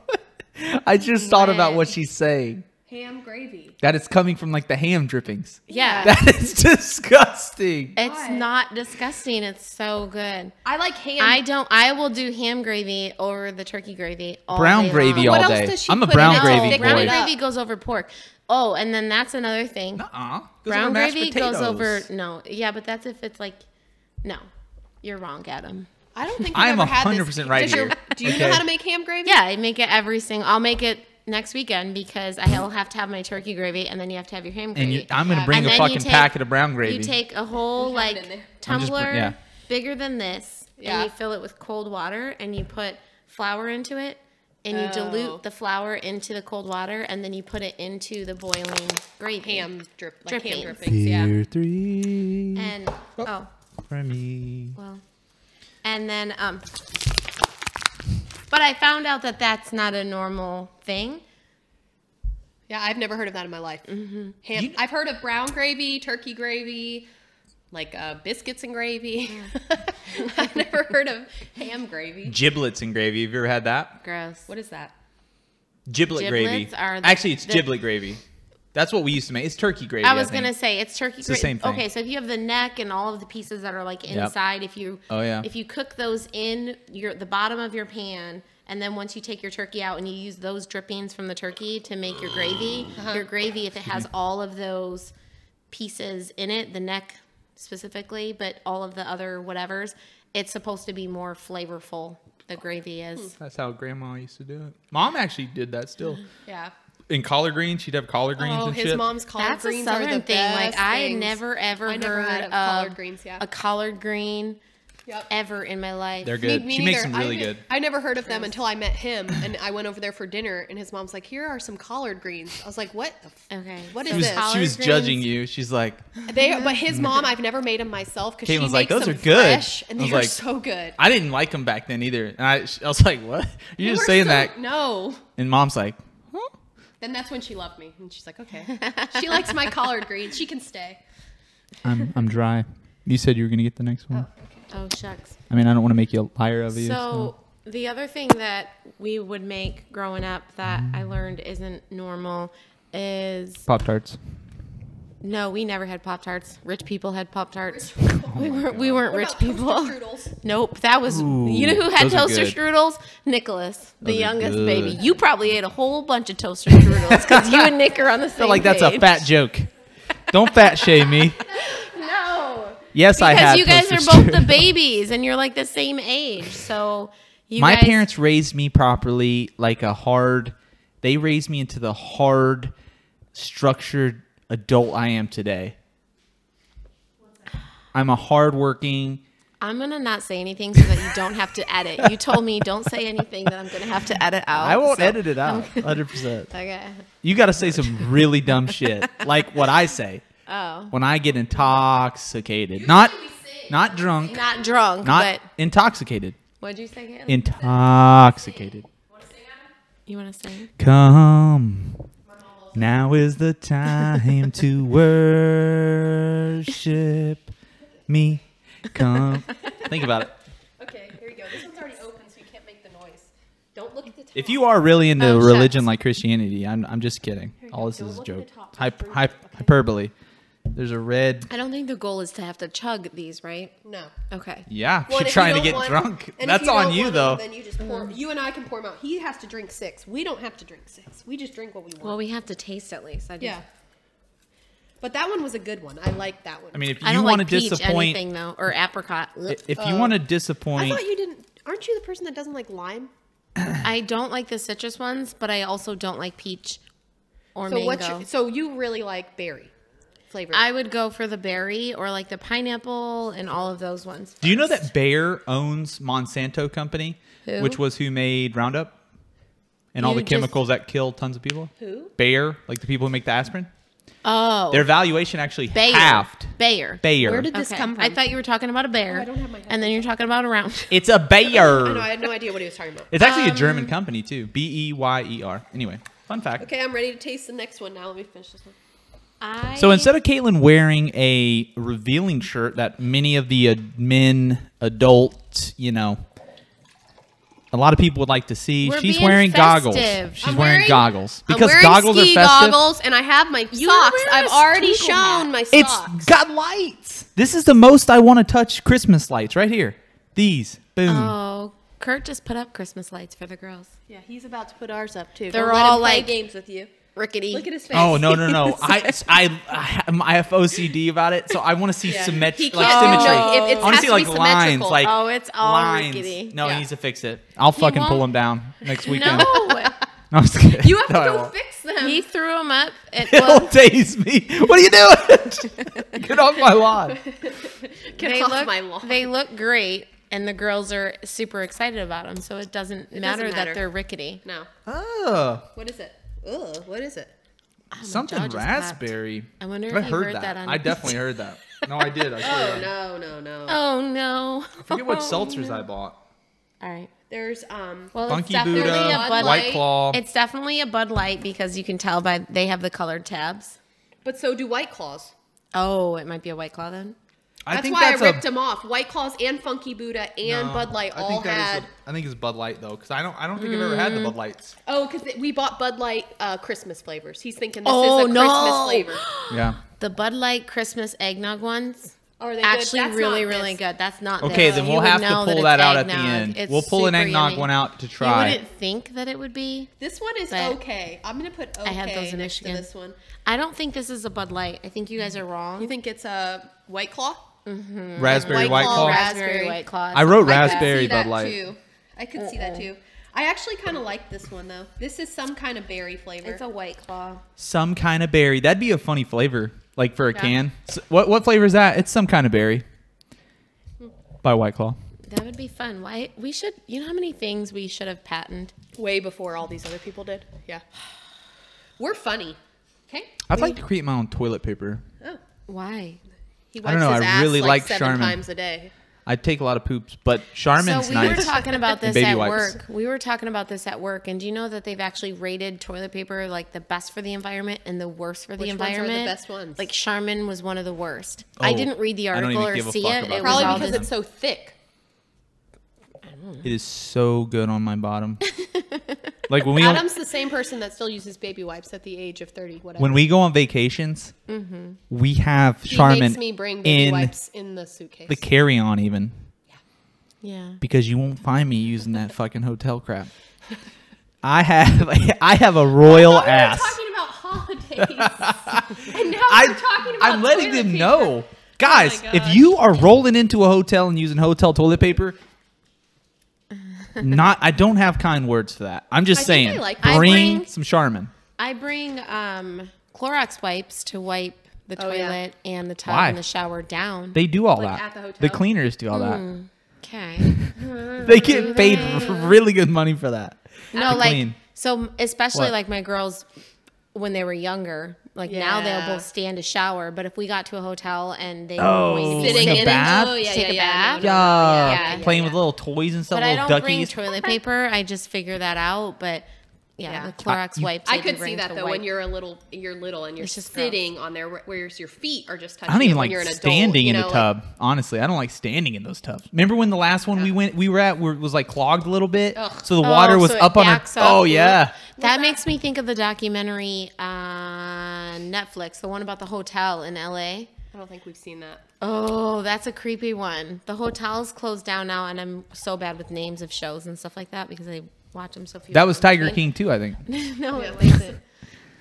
I just thought about what
Wait.
she's saying.
Ham gravy.
That it's coming from like the ham drippings.
Yeah,
That is disgusting.
it's
Why?
not disgusting. It's so good.
I like ham.
I don't. I will do ham gravy over the turkey gravy. All
Brown
day
gravy
long.
all
What else
day.
does she
I'm a
put in
brown
it?
gravy
Oh,
boy.
brown
Brown
it up.
gravy goes over pork. Oh, and then that's another thing.
Uh-huh.
Uh-uh. Goes over
Brown
mashed
gravy goes over.
potatoes.
No, yeah, but that's if it's like, no, you're wrong, Adam.
I don't think
I
I've
am
ever had this.
100% right
Does your-
here.
Do you
Okay.
know how to make ham gravy?
Yeah, I make it every single. I'll make it next weekend because I'll have to have my turkey gravy, and then you have to have your ham
And
gravy.
you, I'm gonna bring
And
a
then you
fucking
take-
packet of brown gravy.
You take a whole
We have it
like
in there.
I'm just br-
tumbler
yeah.
bigger than this,
Yeah.
and you fill it with cold water, and you put flour into it, and you
Oh.
dilute the flour into the cold water, and then you put it into the boiling gravy.
Ham drip, like ham
Drippings.
drippings. Yeah.
three
And oh
for me.
well, and then um, but I found out that that's not a normal thing.
Yeah, I've never heard of that in my life. Mm-hmm. Ham. I've heard of brown gravy, turkey gravy, like uh, biscuits and gravy. I've never heard of ham gravy.
giblets and gravy. Have you ever had that?
Gross.
What is that?
Giblet gravy.
Giblets are the-
Actually, it's
the-
giblet gravy. That's what we used to make. It's turkey gravy.
I was
think.
gonna say it's turkey.
the
gra-
same thing.
Okay, so if you have the neck and all of the pieces that are like
Yep.
inside, if you
Oh, yeah.
if you cook those in your the bottom of your pan, and then once you take your turkey out and you use those drippings from the turkey to make your gravy,
Uh-huh.
your gravy if it has
Mm-hmm.
all of those pieces in it, the neck specifically, but all of the other whatevers, it's supposed to be more flavorful. The gravy
Hmm.
is.
That's how grandma used to do it. Mom actually did that still.
Yeah.
In collard greens, she'd have collard greens
Oh,
and
his
shit.
mom's collard
That's a
greens are
southern
the
thing. Like
best
I had
things.
never ever
I never
heard,
heard
of
of collard greens, yeah.
a collard green.
Yep.
ever in my life.
They're
Me-
good.
me
she makes
neither.
them really
I,
good.
I never heard of them until I met him, and I went over there for dinner, and his mom's like, "Here are some collard greens." I was like, "What? The f-?
Okay.
What
so
is
She was,
this?
she
collard
was
greens-
judging you. She's like,
Uh-huh.
They, but his mom, I've never made them myself because she
Caitlin's
makes
like, "Those
them
are good."
fresh,
I
and they
was
are
like,
so good.
I didn't like them back then either. And I, I was like, what? You're
They
just
were
saying
so-
that.
No.
And mom's like,
Then that's when she loved me, and she's like, "Okay, she likes my collard greens. She can stay."
I'm, I'm dry. You said you were going to get the next one.
Oh shucks.
I mean, I don't want to make you a liar of
So the other thing that we would make growing up that I learned isn't normal is
Pop Tarts.
no, we never had pop tarts. Rich people had pop tarts. we weren't we weren't rich
Oh What about
people.
toaster strudels?
Nope, that was
Ooh,
you know who had
those are
toaster
good.
strudels? Nicholas, the
Those are
youngest
good.
baby. You probably ate a whole bunch of toaster strudels because you and Nick are on the same.
I feel like that's a
page.
fat joke. Don't fat shame me.
No,
Yes, I
because
had.
you guys
toaster
are both the
strudel.
babies and you're like the same age. So you
my
guys-
parents raised me properly like a hard they raised me into the hard structured adult i am today i'm a hardworking
I'm gonna not say anything so that you don't have to edit. You told me don't say anything that I'm gonna have to edit out.
i won't
Oh, so-
edit it out 100%
Okay.
you gotta say some really dumb shit like what i say
Oh,
when i get intoxicated not not drunk
not drunk,
not
but
intoxicated
what'd you say? Caitlin?
intoxicated
you want to sing?
Come. Now is the time to worship me. Come. Think about it.
Okay, here we go. This one's already open, so you can't make the noise. Don't look at the
If you are really into
Oh,
religion
shucks.
like Christianity, I'm, I'm just kidding.
you
All
go.
this
Don't
is a
look at the
joke.
top.
Hype, hype, hyperbole. There's a red.
I don't think the goal is to have to chug these, right?
No.
Okay.
Yeah, if
Well, and
you're
if
trying to
don't
get
want-
drunk.
and if
That's on
don't
you
want
though.
them, Then you just pour.
Mm.
You and I can pour them out. He has to drink six. We don't have to drink six. We just drink what we want.
Well, we have to taste at least. I just,
yeah. But that one was a good one. I like that one.
I mean, if
I
you
don't
want
like
to
peach
disappoint,
anything though, or apricot.
i- if you want to disappoint,
uh, I thought you didn't. Aren't you the person that doesn't like lime?
I don't like the citrus ones, but I also don't like peach or
So
mango.
what's your, so you really like berry flavor?
I would go for the berry or like the pineapple and all of those ones.
do you know that Bayer owns Monsanto Company,
Who?
which was who made Roundup and all
You
the
just-
chemicals that kill tons of people?
Who?
Bayer, like the people who make the aspirin.
Oh,
Their valuation actually
Bayer.
halved.
Bayer.
Bayer.
Where did this
Okay.
come from?
I thought you were talking about a bear.
Oh, I don't have my head.
and then you're talking about a round.
it's a Bayer.
I know. I had no idea what he was talking about.
It's actually a German
um,
company too. B E Y E R. Anyway, fun fact.
Okay, I'm ready to taste the next one now. Let me finish this one.
I,
So instead of Caitlyn wearing a revealing shirt that many of the uh, men, adult, you know, a lot of people would like to see,
We're
she's
being
wearing
festive.
goggles.
I'm
She's wearing,
wearing-
goggles
I'm
because
wearing
goggles
ski
are festive.
goggles, and I have my
You are
socks.
wearing
I've
a
already
twinkle
shown
hat.
my
It's
socks.
got lights. This is the most I want to touch Christmas lights right here. These, boom.
Oh, Kurt just put up Christmas lights for the girls.
Yeah, he's about to put ours up too.
They're
Don't let him
all
play
like-
games with you.
Rickety.
Look at his face.
Oh no no no! I I I have, I have OCD about it, so I want to see symmetry,
He
like
can't do
symmetry.
no- it- it
I want
has
to see like lines, like
Oh, it's all
lines.
rickety.
No,
Yeah.
he needs to fix it. I'll fucking pull
won't-
him down next weekend.
no,
No, I'm just kidding.
you have to
No, I
go
won't.
fix them.
he threw them up. At,
He'll
well,
tase me. What are you doing? Get off my lawn.
Get
they
off
look
my lawn.
they look great, and the girls are super excited about them. So it doesn't, matter,
matter.
that they're rickety.
no.
Oh,
What is it? Ugh, what is it?
jaw
something
just clapped.
raspberry.
I wonder if
I
he
heard
heard that on-
I definitely heard that. No, I did. I swear.
Oh no no no.
Oh no!
I forget
Oh,
what seltzers I bought.
All right.
There's um.
Well,
Funky
it's definitely
Buddha,
a
White
Bud Light.
Claw.
It's definitely a Bud Light because you can tell by they have the colored tabs.
But so do White Claws.
Oh, it might be a White Claw then.
That's
think
why I
that's
ripped
a,
them off. White Claws and Funky Buddha and
No,
Bud Light
I
all
think that
had.
is a- I think it's Bud Light though, because I don't. I don't think I've ever had the Bud Lights.
Oh, because we bought Bud Light uh, Christmas flavors. He's thinking this
Oh,
is a
no.
Christmas flavor.
Yeah.
The Bud Light Christmas eggnog ones
Oh, are they good?
actually
That's
really
not
really
this.
good. That's not
Okay,
this.
then
You
we'll
would
have to
know
pull that
it's
out at the
eggnog.
end.
It's
We'll pull an
super
eggnog
yummy.
one out to
You
try.
wouldn't think that it would be.
This one is
But-
okay. I'm gonna put okay
had those in
next
Michigan.
to this one.
I don't think this is a Bud Light. I think you guys are wrong.
You think it's a White Claw?
Raspberry
White
White
Claw,
Claw.
raspberry.
White Claw.
I wrote
I could see
raspberry
that
Bud Light.
Too. I could see that too. I actually kind of like this one though. This is some kind of berry flavor.
It's a White Claw.
Some kind of berry. That'd be a funny flavor, like for a can. S what what flavor is that? It's some kind of berry. By White Claw.
That would be fun. Why we should? You know how many things we should have patented?
way before all these other people did. Yeah, we're funny. Okay.
I'd like to create my own toilet paper.
Oh,
Why?
he
I
wipes
don't know,
his
I
ass
really
like
like
seven
Charmin.
times a day.
I take a lot of poops, but Charmin's
so we were
nice.
talking about this
baby
at
wipes.
work. We were talking about this at work, and do you know that they've actually rated toilet paper like the best for the environment and the worst for the
Which ones are the
environment?
best ones?
Like Charmin was one of the worst. I
Oh,
didn't read the
I don't
article
even
or
give a
see
fuck
it.
about
It
that.
was
Probably
all
because
just
it's so thick.
it is so good on my bottom. like when we
Adam's the same person that still uses baby wipes at the age of thirty. Whatever.
when we go on vacations, we have
Mm-hmm. he
Charmin
makes me bring baby
in
wipes in the suitcase.
the carry on even
yeah.
because you won't find me using that fucking hotel crap. I have I have a royal
Oh, we were
ass.
talking about holidays, and now we're talking about.
I'm letting
toilet
them
paper. Oh
know. Guys,
gosh.
if you are rolling into a hotel and using hotel toilet paper, not I don't have kind words for that. I'm just
I think I
saying
like
that. I
bring
bring-
some Charmin.
I bring um, Clorox wipes to wipe the
Oh,
toilet
yeah.
and the tub
Why?
and the shower down.
They do all
Like
that.
at the hotel? Mm.
cleaners do all
okay.
that. They get paid really good money for that.
No,
To
like
clean.
so, especially
What?
like my girls when they were younger. Like now
Yeah.
they'll both stand a shower, but if we got to a hotel and they
Oh.
waited-
Sitting in a bath?
Oh, yeah,
Take
yeah,
a
yeah,
bath?
no, no, no.
Yeah,
yeah,
playing with little toys and stuff,
but I
little
don't bring
duckies.
toilet paper. I just figure that out. But yeah,
Yeah.
the Clorox wipes. that
I
you
could see
bring
that
to
though
wipe.
when you're a little you're little and you're
It's just
sitting on there where- whereas your feet are just touching.
I don't
it
even
when
like
you're an adult,
standing
you
in
know,
a
like-
tub. Honestly, I don't like standing in those tubs. Remember when the last one we went, we were at, were, was like clogged a little bit,
Ugh.
so the water
Oh,
was
so it
up on our.
backs up.
Oh yeah,
That makes me think of the documentary uh, Netflix, the one about the hotel in LA.
I don't think we've seen that.
Oh, that's a creepy one. The hotel's closed down now, and I'm so bad with names of shows and stuff like that because I watch them so few.
that was
times.
Tiger King too. I think.
no, it wasn't.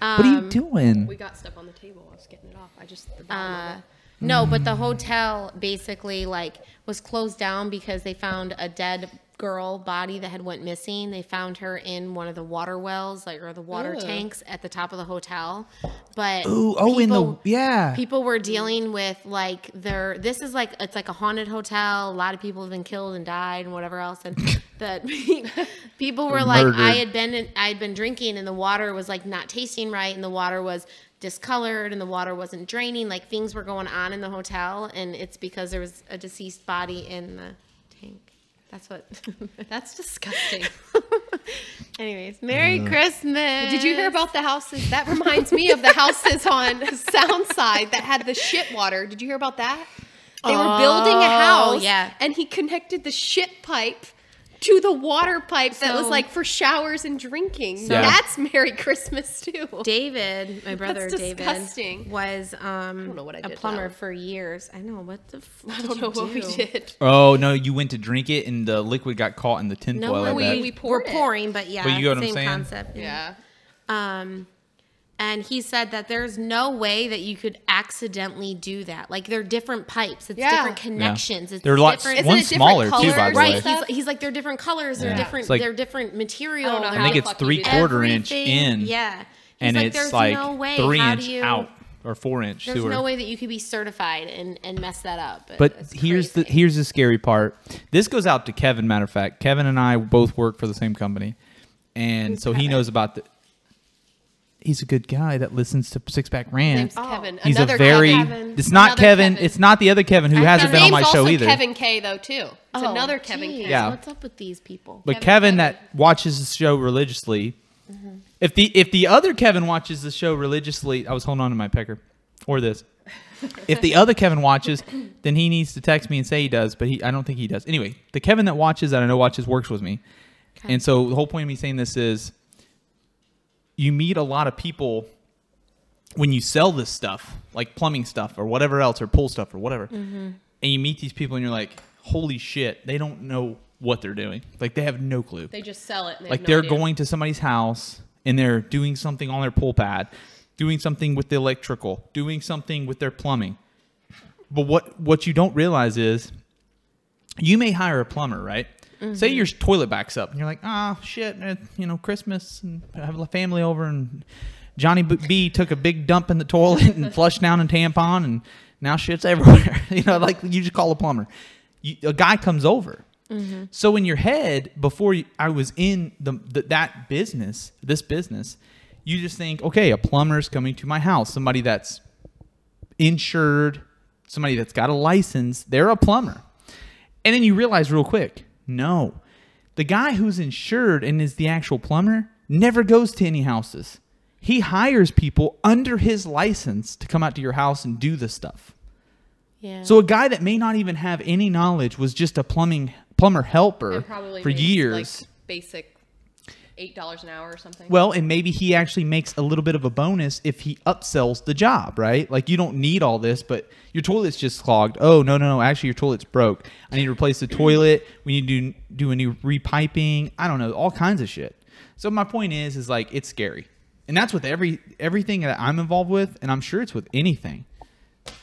Um,
what are you doing?
We got stuff on the table. I was getting it off. I just the bottom of
Uh, no,
Mm.
but the hotel basically like was closed down because they found a dead girl body that had went missing. They found her in one of the water wells, like or the water tanks at the top of the hotel. But
Ooh, oh, in the- yeah.
people were dealing with like their. This is like it's like a haunted hotel. A lot of people have been killed and died and whatever else. And the people were like, I
Murdered.
had been in, I had been drinking and the water was like not tasting right and the water was discolored and the water wasn't draining. Like things were going on in the hotel and it's because there was a deceased body in the tank. That's what.
it. That's disgusting.
Anyways, Merry Christmas.
Did you hear about the houses? That reminds me of the houses on Soundside that had the shit water. Did you hear about that? They were building a
Oh,
house,
yeah.
and he connected the shit pipe to the water pipe that was
So-
like for showers and drinking.
Yeah.
That's Merry Christmas too.
David, my brother
That's
David,
disgusting.
was um,
know what I
a
did
plumber
now.
for years. I know what the. F-
I don't know what we did.
Oh no, you went to drink it and the liquid got caught in the tinfoil.
No,
I
we,
bet.
we,
we
we
poured
were
it.
pouring, but yeah,
But you get what I'm
same
saying?
concept. Um, and he said that there's no way that you could accidentally do that. Like they're different pipes, it's
Yeah.
different
Yeah.
connections. It's
They're a lot
different.
s- one's
different
smaller too, by
colors?
the
right.
way.
stuff?
He's, he's like they're different colors. They're
Yeah.
different.
It's like-
they're different material.
I don't know
they're
how
I think it's
the fuck you
three
do
quarter
everything.
inch in,
Yeah. He's
and
like,
it's
there's
like
no way.
three
How
inch
do you,
out or four inch
There's
sewer.
no way that you could be certified and, and mess that up.
But
It's
here's the
crazy.
here's the scary part. This goes out to Kevin. Matter of fact, Kevin and I both work for the same company, and so he knows about the. He's a good guy that listens to Six Pack Rant.
Name's Kevin.
He's
Another
a very.
Kevin.
It's not
Another
Kevin,
Kevin.
It's not the other Kevin who hasn't
His
been on
name's
my show
also
either.
Kevin K though too. It's
Oh,
another Kevin
geez,
K.
Yeah.
What's up with these people?
But Kevin,
Kevin
that watches the show religiously, if the if the other Kevin watches the show religiously, I was holding on to my pecker, or this. if the other Kevin watches, then he needs to text me and say he does, but he I don't think he does. Anyway, the Kevin that watches that I know watches works with me, and so the whole point of me saying this is, you meet a lot of people when you sell this stuff, like plumbing stuff or whatever else, or pool stuff or whatever, and you meet these people and you're like, holy shit, they don't know what they're doing. Like they have no clue.
They just sell it. And they
like
have no
they're
idea.
going to somebody's house and they're doing something on their pool pad, doing something with the electrical, doing something with their plumbing. But what what you don't realize is you may hire a plumber, right? Say your toilet backs up, and you're like, ah, shit, eh, you know, Christmas, and I have a family over, and Johnny B- B took a big dump in the toilet and flushed down a tampon, and now shit's everywhere. you know, like you just call a plumber. You, a guy comes over. So in your head, before you, I was in the, the that business, this business, you just think, okay, a plumber's coming to my house, somebody that's insured, somebody that's got a license, they're a plumber. And then you realize real quick, no. The guy who's insured and is the actual plumber never goes to any houses. He hires people under his license to come out to your house and do the stuff.
Yeah.
So a guy that may not even have any knowledge was just a plumbing plumber helper
And probably
for
makes,
years.
like, basic eight dollars an hour or something.
Well, and maybe he actually makes a little bit of a bonus if he upsells the job, right? Like you don't need all this, but your toilet's just clogged. Oh no, no, no! Actually, your toilet's broke. I need to replace the toilet. We need to do, do a new repiping. I don't know, all kinds of shit. So my point is, is like it's scary, and that's with every everything that I'm involved with, and I'm sure it's with anything.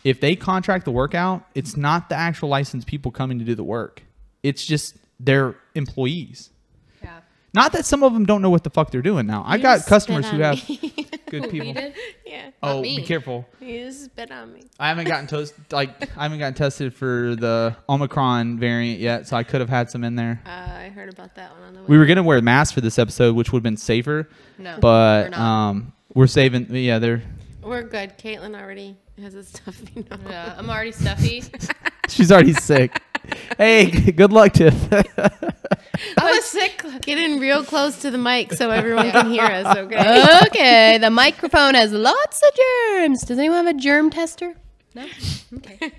If they contract the work out, it's not the actual licensed people coming to do the work. It's just their employees.
yeah.
Not that some of them don't know what the fuck they're doing now. I got
just
customers
spit
who
on
have good people.
Did?
yeah.
Oh,
me.
be careful!
You just spit on me.
I haven't gotten toast like I haven't gotten tested for the Omicron variant yet, so I could have had some in there.
Uh, I heard about that one on the way.
We were gonna wear masks for this episode, which would have been safer.
No,
but
we're not.
um, we're saving. Yeah, they're
We're good. Caitlin already has his stuff. You know.
Yeah, I'm already stuffy.
she's already sick. hey, good luck, Tiff.
I was sick. Get in real close to the mic so everyone can hear us.
Uh-huh.
Okay.
okay, the microphone has lots of germs. Does anyone have a germ tester? No. Okay.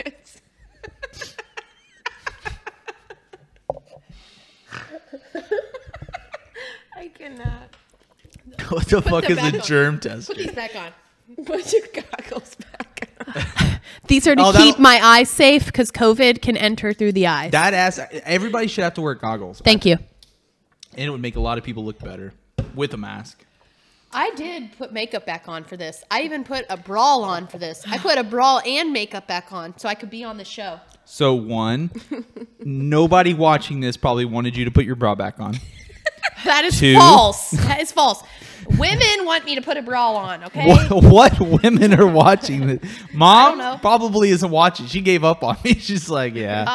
I cannot.
what the fuck is a germ tester?
Put these back on. Put your goggles back on.
These are to
Oh, that'll-
keep my eyes safe because COVID can enter through the eyes.
That ass. Everybody should have to wear goggles.
Thank you.
and it would make a lot of people look better with a mask.
I did put makeup back on for this. I even put a brawl on for this. I put a brawl and makeup back on so I could be on the show.
So one, nobody watching this probably wanted you to put your bra back on.
That is
Two.
false. That is false. Women want me to put a bra on, okay?
What, what women are watching this? Mom
know.
probably isn't watching. She gave up on me. She's like, yeah,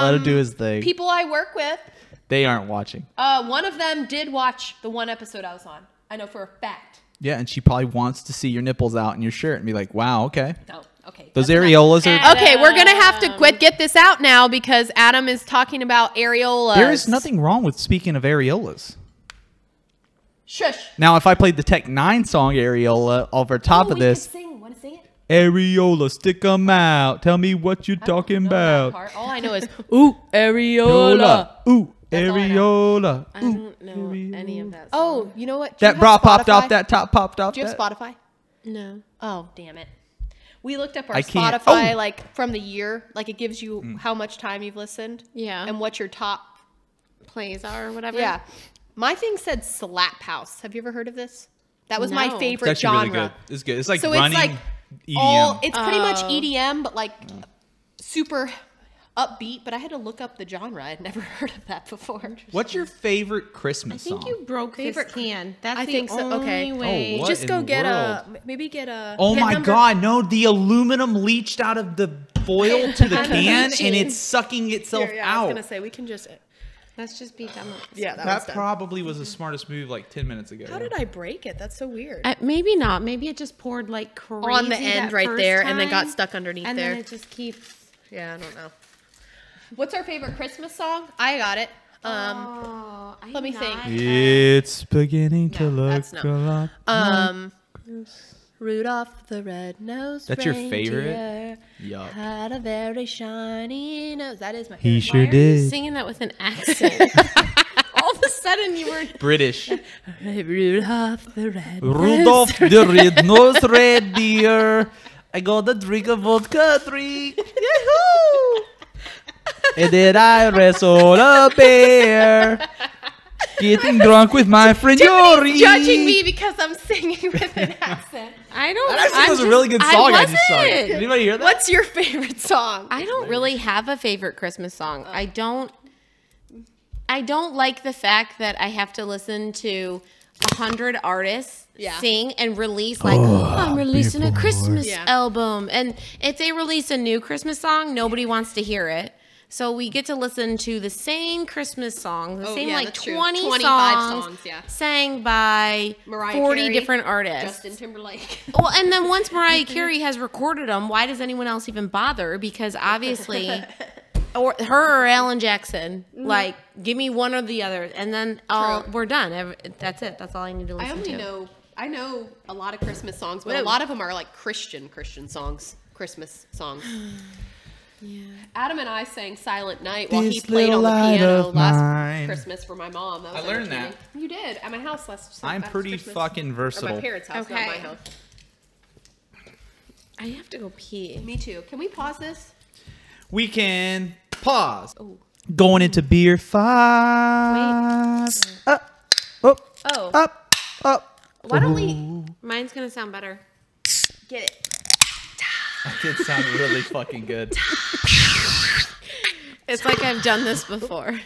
let
Um,
him do his thing.
People I work with,
they aren't watching.
uh, one of them did watch the one episode I was on. I know for a fact.
Yeah, and she probably wants to see your nipples out in your shirt and be like, wow, okay.
No, Oh, okay.
Those
that's enough.
areolas are.
Okay, we're gonna have to quit. Get this out now because Adam is talking about areolas.
There is nothing wrong with speaking of areolas.
Shush.
Now, if I played the Tech Nine song Areola over top
Oh,
of
we could
this,
sing. Want to sing it?
Areola, stick 'em out. Tell me what you're talking
Know that
about.
part. All I know is
Ooh,
areola.
Ooh,
all I
areola.
I
Ooh.
don't know any of that. song.
Oh, you know what? Do you
That
have
bra popped
Spotify?
off. That top popped off.
Do you have
that-
Spotify?
no.
Oh, damn it. We looked up our
I can't-
Spotify
Oh. Mm.
like from the year. Like it gives you how much time you've listened.
Yeah.
And what your top.
Plays are or whatever.
Yeah. My thing said slap house. Have you ever heard of this? That was my
No.
It's
favorite
actually
genre.
really good. It's good. It's like
So it's
running E
like
EDM.
all it's pretty much
Oh.
EDM, but like
Mm.
super upbeat. But I had to look up the genre. I'd never heard of that before.
What's your favorite Christmas
I think
song?
you broke
Favorite-
this can. That's
I
the
think so.
only
Okay. Oh,
way.
what?
Just
in
go
the
get
world?
a maybe get a.
Oh
pit
my
number-
god, no, the aluminum leached out of the foil to the can and it's sucking itself
Here, yeah, I was
out.
gonna say we can just.
Let's just be dumb.
Yeah, that, was
that
done.
probably was the smartest move like 10 minutes ago.
How did I break it? That's so weird.
Uh, maybe not. Maybe it just poured like crazy
On the
that
end right
first
there, and then got
time,
stuck underneath
and
there.
then it just keeps.
yeah, I don't know. What's our favorite Christmas song? I got it. Um,
oh, I'm
let me
not-
think.
It's beginning to
No,
look
that's no.
a lot. Uh,
um, Rudolph the Red-Nosed
That's your favorite?
Reindeer
Yuck.
Had a very shiny nose. That is my favorite.
He
Why
sure
are you
did.
singing that with an accent? All of a sudden, you were
British.
Rudolph the Red.
Rudolph the red-nosed reindeer. I got a drink of vodka drink. Yahoo! And then I wrestled a bear. Getting drunk with my friend Yori.
Judging me because I'm singing with an accent.
I don't.
That actually
I'm
was a
just-
really good
I
song I,
wasn't.
just sung. Did anybody hear that?
What's your favorite song?
I don't really have a favorite Christmas song. I don't I don't like the fact that I have to listen to a hundred artists
Yeah.
sing and release like "Oh, I'm releasing a Christmas
Yeah.
album. And if they release a new Christmas song, nobody wants to hear it. So we get to listen to the same Christmas song, the
Oh,
same
yeah,
like
that's true.
20
25
songs,
songs, yeah.
sang by
Mariah
40
Carey,
different artists.
Justin Timberlake.
Well, and then once Mariah Carey has recorded them, why does anyone else even bother? Because obviously, or her or Alan Jackson,
Mm-hmm.
like, give me one or the other, and then all
True.
we're done. Ev- That's it. That's all I need to
I
listen
only
to.
know I know a lot of Christmas songs, but a
Whoa.
lot of them are like Christian Christian songs, Christmas songs. Adam and I sang "Silent Night" while he
This
played on
little
the
light
piano
of
last
mine.
Christmas for my mom. That was
I learned that.
entertaining. You did at my house last.
I'm
last
pretty
Christmas.
fucking
Or my
versatile.
parents' house, not my
Okay.
house.
I have to go pee.
Me too. Can we pause this?
We can pause. Going into beer five. Up, up,
Oh,
up, up.
why don't we
Mine's gonna sound better.
get it?
That did sound really fucking good.
It's like I've done this before.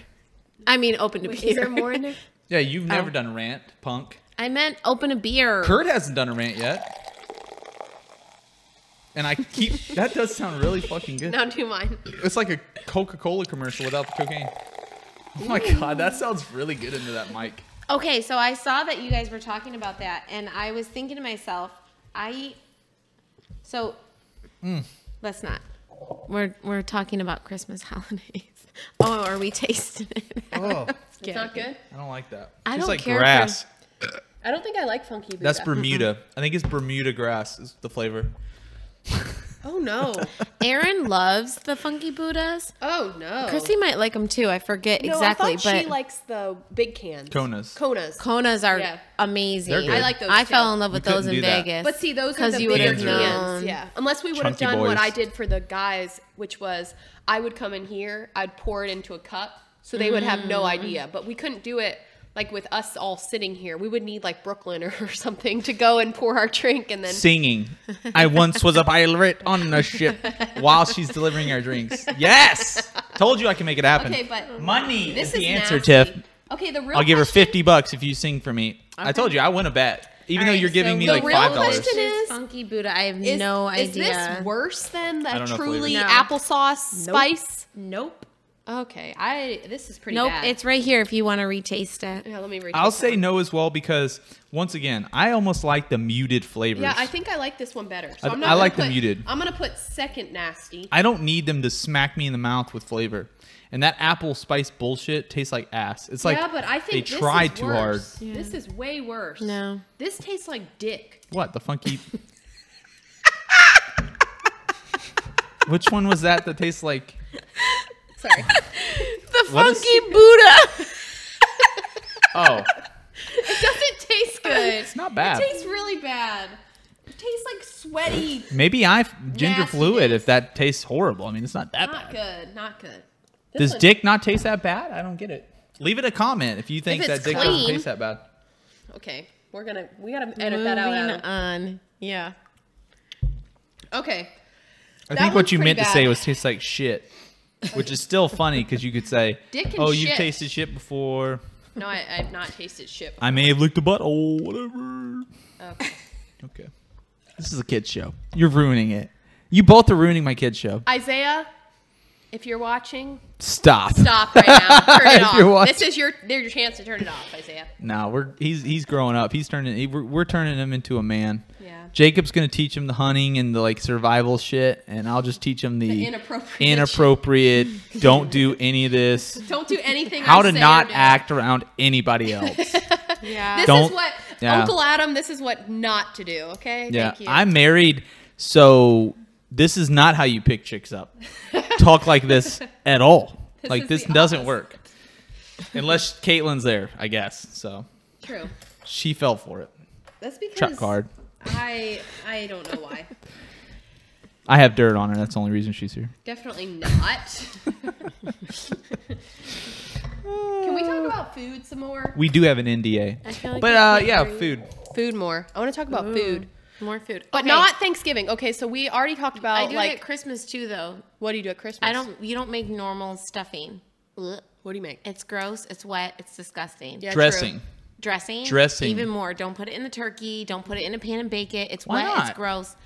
I mean, open to
Is there
beer.
more in there?
Yeah, you've
Oh.
never done a rant, punk.
I meant open a beer.
Kurt hasn't done a rant yet. And I keep that does sound really fucking good.
Now do mine.
It's like a Coca-Cola commercial without the cocaine. Oh my god, that sounds really good into that mic.
Okay, so I saw that you guys were talking about that, and I was
Mm.
thinking to myself, I. So, let's not. We're we're talking about Christmas holidays. Oh, are we tasting it?
Oh,
It's not good.
I don't like that.
I
Tastes
don't
like
care for-
grass.
I don't think I like funky Buddha.
That's Bermuda. I think it's Bermuda grass is the flavor.
Oh no.
Aaron loves the funky Buddhas.
Oh no.
Chrissy might like them too. I forget
no,
exactly,
I thought
but
she likes the big cans.
Konas.
Konas.
Konas are
Yeah.
amazing.
They're good.
I
I
like
like
those.
those,
I fell
too.
in love with
We
those
couldn't
in
do that.
Vegas.
But see, those are
'Cause
the
you
you
would've
bigger
known.
cans. Yeah. Unless we would have
Chunky
done
boys.
what I did for the guys, which was I would come in here, I'd pour it into a cup, so they would have no
Mm-hmm.
idea. But we couldn't do it like with us all sitting here. We would need like Brooklyn or, something to go and pour our drink and then.
Singing. I once was a pirate on a ship while she's delivering our drinks. Yes. Told you I can make it happen.
Okay, but
Money
this
is
is
the answer,
nasty.
Tiff.
Okay, the real
I'll give her
question-
50 bucks if you sing for me. I told you I win a bet. Even
All
though
right,
you're giving
so
me
the
like
real
$5. dollars.
question is-
funky Buddha. I have
Is,
no idea.
is this worse than the
don't know if
truly
we- No.
applesauce
Nope.
spice?
Nope.
Okay, I this is pretty
Nope.
bad.
It's right here if you want to retaste it.
yeah, let me read.
I'll
this
say
one.
no as well because once again, I almost like the muted flavors.
Yeah, I think I like this one better. So
I-
I, am
I
not gonna
like the
put-
muted.
I'm gonna put second nasty.
I don't need them to smack me in the mouth with flavor. And that apple spice bullshit tastes like ass. It's like
yeah, but I think
they
this
tried
is
too hard.
worse. This is way worse.
No.
this tastes like dick.
What the funky? Which one was that that tastes like?
Sorry,
The
What is-
funky Buddha.
Oh,
it doesn't taste good.
it's not bad.
It tastes really bad. It tastes like sweaty.
Maybe I f- ginger
Nasty
fluid
taste.
if that tastes horrible. I mean, it's not that
Not
bad.
good. Not good.
Does
one-
dick not taste that bad? I don't get it. Leave it a comment if you think
it's
that dick
clean.
doesn't taste that bad.
Okay, we're gonna we gotta edit that out.
Moving
Adam.
on. Yeah.
Okay,
I
That
think what
one's
you
pretty
meant to
bad.
say was tastes like shit, which is still funny because you could say,
Dick and
"Oh, you've
shit.
tasted shit before."
no, I, I've not tasted shit.
I may have licked a butthole, whatever.
Okay.
Okay. This is a kid's show. You're ruining it. You both are ruining my kid's show.
Isaiah, if you're watching,
Stop.
stop right now. Turn
If
it
you're
off.
watching-
This is your there's your chance to turn it off, Isaiah.
No, we're he's he's growing up. He's turning he, we're, we're turning him into a man.
Yeah.
Jacob's gonna teach him the hunting and the like survival shit, and I'll just teach him the,
inappropriate
inappropriate. don't do any of this.
Don't do anything. I
How to
say or
not
do.
act around anybody else.
Yeah.
This
Don't-
is what
yeah.
Uncle Adam. This is what not to do. Okay.
yeah,
Thank you.
I'm married, so this is not how you pick chicks up. Talk like this at all.
This
like
is
this
the
doesn't
opposite.
work. Unless Caitlin's there, I guess. So
True.
she fell for it.
That's because
Trump card.
I I don't know why.
I have dirt on her. That's the only reason she's here.
Definitely not. Can we talk about food some more?
We do have an NDA.
I feel like
But
I
uh,
can't
yeah,
breathe.
food.
Food more. I want to talk about food,
More food.
but
Okay.
not Thanksgiving. Okay, so we already talked about
I do
like
it at Christmas too, though.
what do you do at Christmas?
I don't. You don't make normal stuffing. Ugh.
What do you make?
It's gross. It's wet. It's disgusting.
Yeah, true.
Dressing.
Dressing.
Dressing.
Even more. Don't put it in the turkey. Don't put it in a pan and bake it. It's
Why
wet.
not?
It's gross.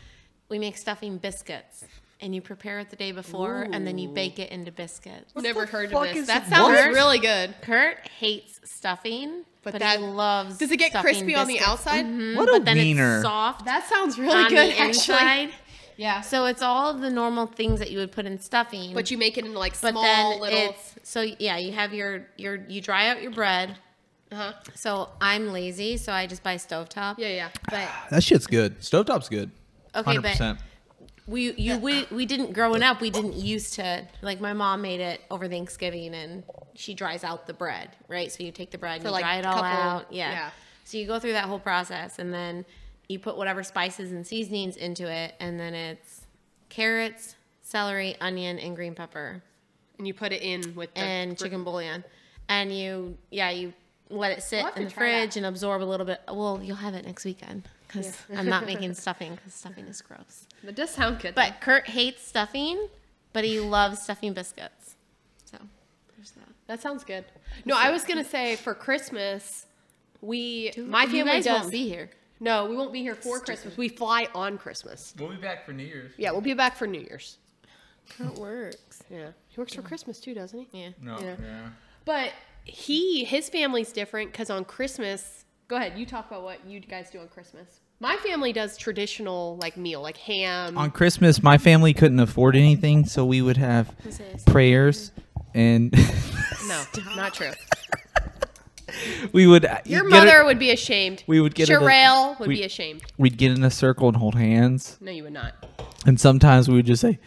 We make stuffing biscuits, and you prepare it the day before, and then you bake it into biscuits.
Never heard
fuck
of
is
this. That
it?
sounds
What?
really good.
Kurt hates stuffing, but,
But
he
that-
loves.
Does it get
stuffing
crispy on the
biscuits.
outside?
What a
But then
wiener.
it's soft
That sounds really
on
good,
the
actually.
inside.
Yeah.
So it's all of the normal things that you would put in stuffing.
But you make it into like
but
small
then
little.
it's so yeah you have your your you dry out your bread
uh-huh.
so i'm lazy so i just buy stovetop
Yeah, yeah.
but
That shit's good. Stovetop's good.
Okay, but- 100%. we you we, we didn't growing up we didn't used to like my mom made it over thanksgiving and she dries out the bread right so you take the bread and
For,
you
like,
dry it all
couple-
out yeah.
yeah.
so you go through that whole process and then you put whatever spices and seasonings into it and then it's carrots celery onion and green pepper
And you put it in with the
and
gr-
chicken bouillon, and you yeah you let it sit
I'll have
in
to
the
try that.
fridge and absorb a little bit. Well, you'll have it next weekend because I'm not making stuffing because stuffing is gross.
That does sound good.
But Kurt hates stuffing, but he loves stuffing biscuits. So there's that.
though. that sounds good. No, I was gonna say for Christmas, we my
you
family
guys
does.
won't be here.
no, we won't be here for Christmas. We fly on Christmas.
We'll be back for New Year's.
Yeah, we'll be back for New Year's.
It works.
Yeah, he works for Christmas too, doesn't he?
Yeah.
No.
Yeah. But he his family's different because on Christmas. Go ahead, you talk about what you guys do on Christmas. My family does traditional like meal, like ham.
On Christmas, my family couldn't afford anything, so we would have prayers and
no, not true.
we would. uh,
Your
get
mother
It,
would be ashamed.
we would get it a-
Sherelle would
we-
be ashamed.
we'd get in a circle and hold hands,
No, you would not.
and sometimes we would just say,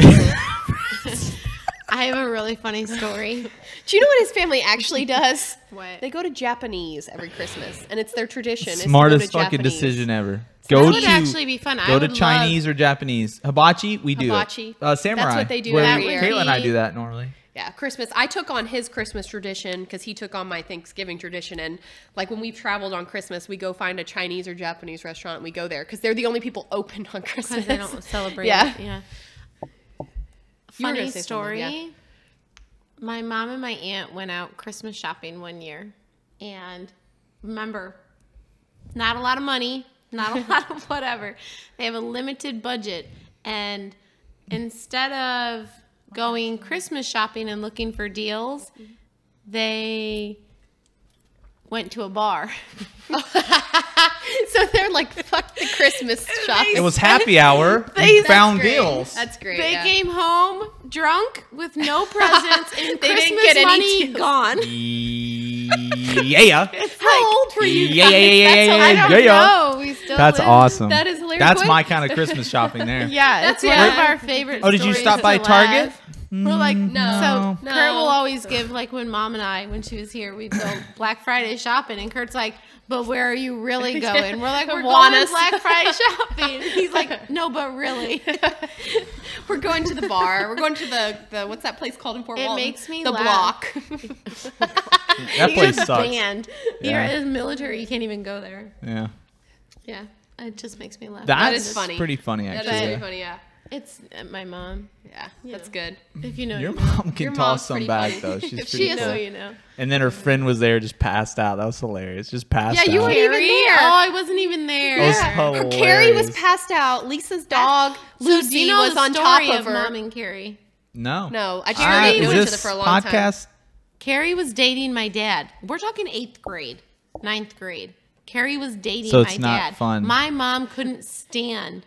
I have a really funny story.
Do you know what his family actually does?
What?
They go to Japanese every Christmas, and it's their tradition. is to go
"Smartest
to
fucking
Japanese.
decision ever."
that
Go
would
to
actually be fun. I
go to
would love-
Chinese or Japanese hibachi. We do it.
Hibachi.
Uh,
That's
samurai.
what they do
where
every year.
Kayla and I do that normally.
Yeah, Christmas. I took on his Christmas tradition because he took on my Thanksgiving tradition. And like when we've traveled on Christmas, we go find a Chinese or Japanese restaurant. and We go there because they're the only people open on Christmas.
because I don't celebrate.
Yeah.
it, yeah.
You were gonna
Funny
say something,
story.
yeah.
My mom and my aunt went out Christmas shopping one year, and remember, not a lot of money, not a lot of whatever. They have a limited budget, and instead of going Christmas shopping and looking for deals, they went to a bar.
so they're like, fuck the Christmas shopping.
It was happy hour.
They-
we found
Great.
deals.
That's great.
They
yeah.
came home drunk with no presents and
They
Christmas
didn't get any
money
deals.
gone.
yeah.
How old were you?
Yeah, yeah, yeah, yeah, yeah,
I don't
yeah, yeah.
know. We still
That's
live-
awesome.
That is hilarious.
That's
What-
my kind of Christmas shopping there.
Yeah,
That's
that's one of
yeah.
our favorite.
Oh, did you
stories
stop
to
by
laugh.
Target? Mm,
We're like,
no.
no. So
No.
Kurt will always give like when Mom and I, when she was here, we'd go Black Friday shopping, and Kurt's like, "But where are you really going?" We're like, "We're going
Kiwanis."
Black Friday shopping." He's like, "No, but really."
We're going to the bar. We're going to the, the what's that place called in Fort
It
Walton?
makes me
the
laugh.
block.
That place
You're
sucks.
Banned.
Yeah.
You're in the military. You can't even go there.
Yeah.
Yeah, it just makes me laugh.
That's
is funny.
pretty funny,
that
actually.
is pretty
yeah.
funny. Yeah,
It's uh, my mom.
yeah, that's good.
If you know,
Your
you know.
mom can
Your
toss
mom's
some
pretty
back,
funny.
though. She's
If
pretty
She is
cool.
who you know.
And then her friend was there, just passed out. That was hilarious. Just passed
Yeah,
out.
you weren't even
Carrie.
there. Oh, I wasn't even there.
That was
Her Carrie was
hilarious.
passed out. Lisa's dog
So do you
Lucy
know
was
the
on top
story
of, her.
Mom and Carrie.
No.
No, I
All right,
Jerry knew
is
each other
this
for a long time.
podcast?
Carrie was dating my dad. We're talking eighth grade, ninth grade. Carrie was dating
So it's
my
not
dad.
fun.
My mom couldn't stand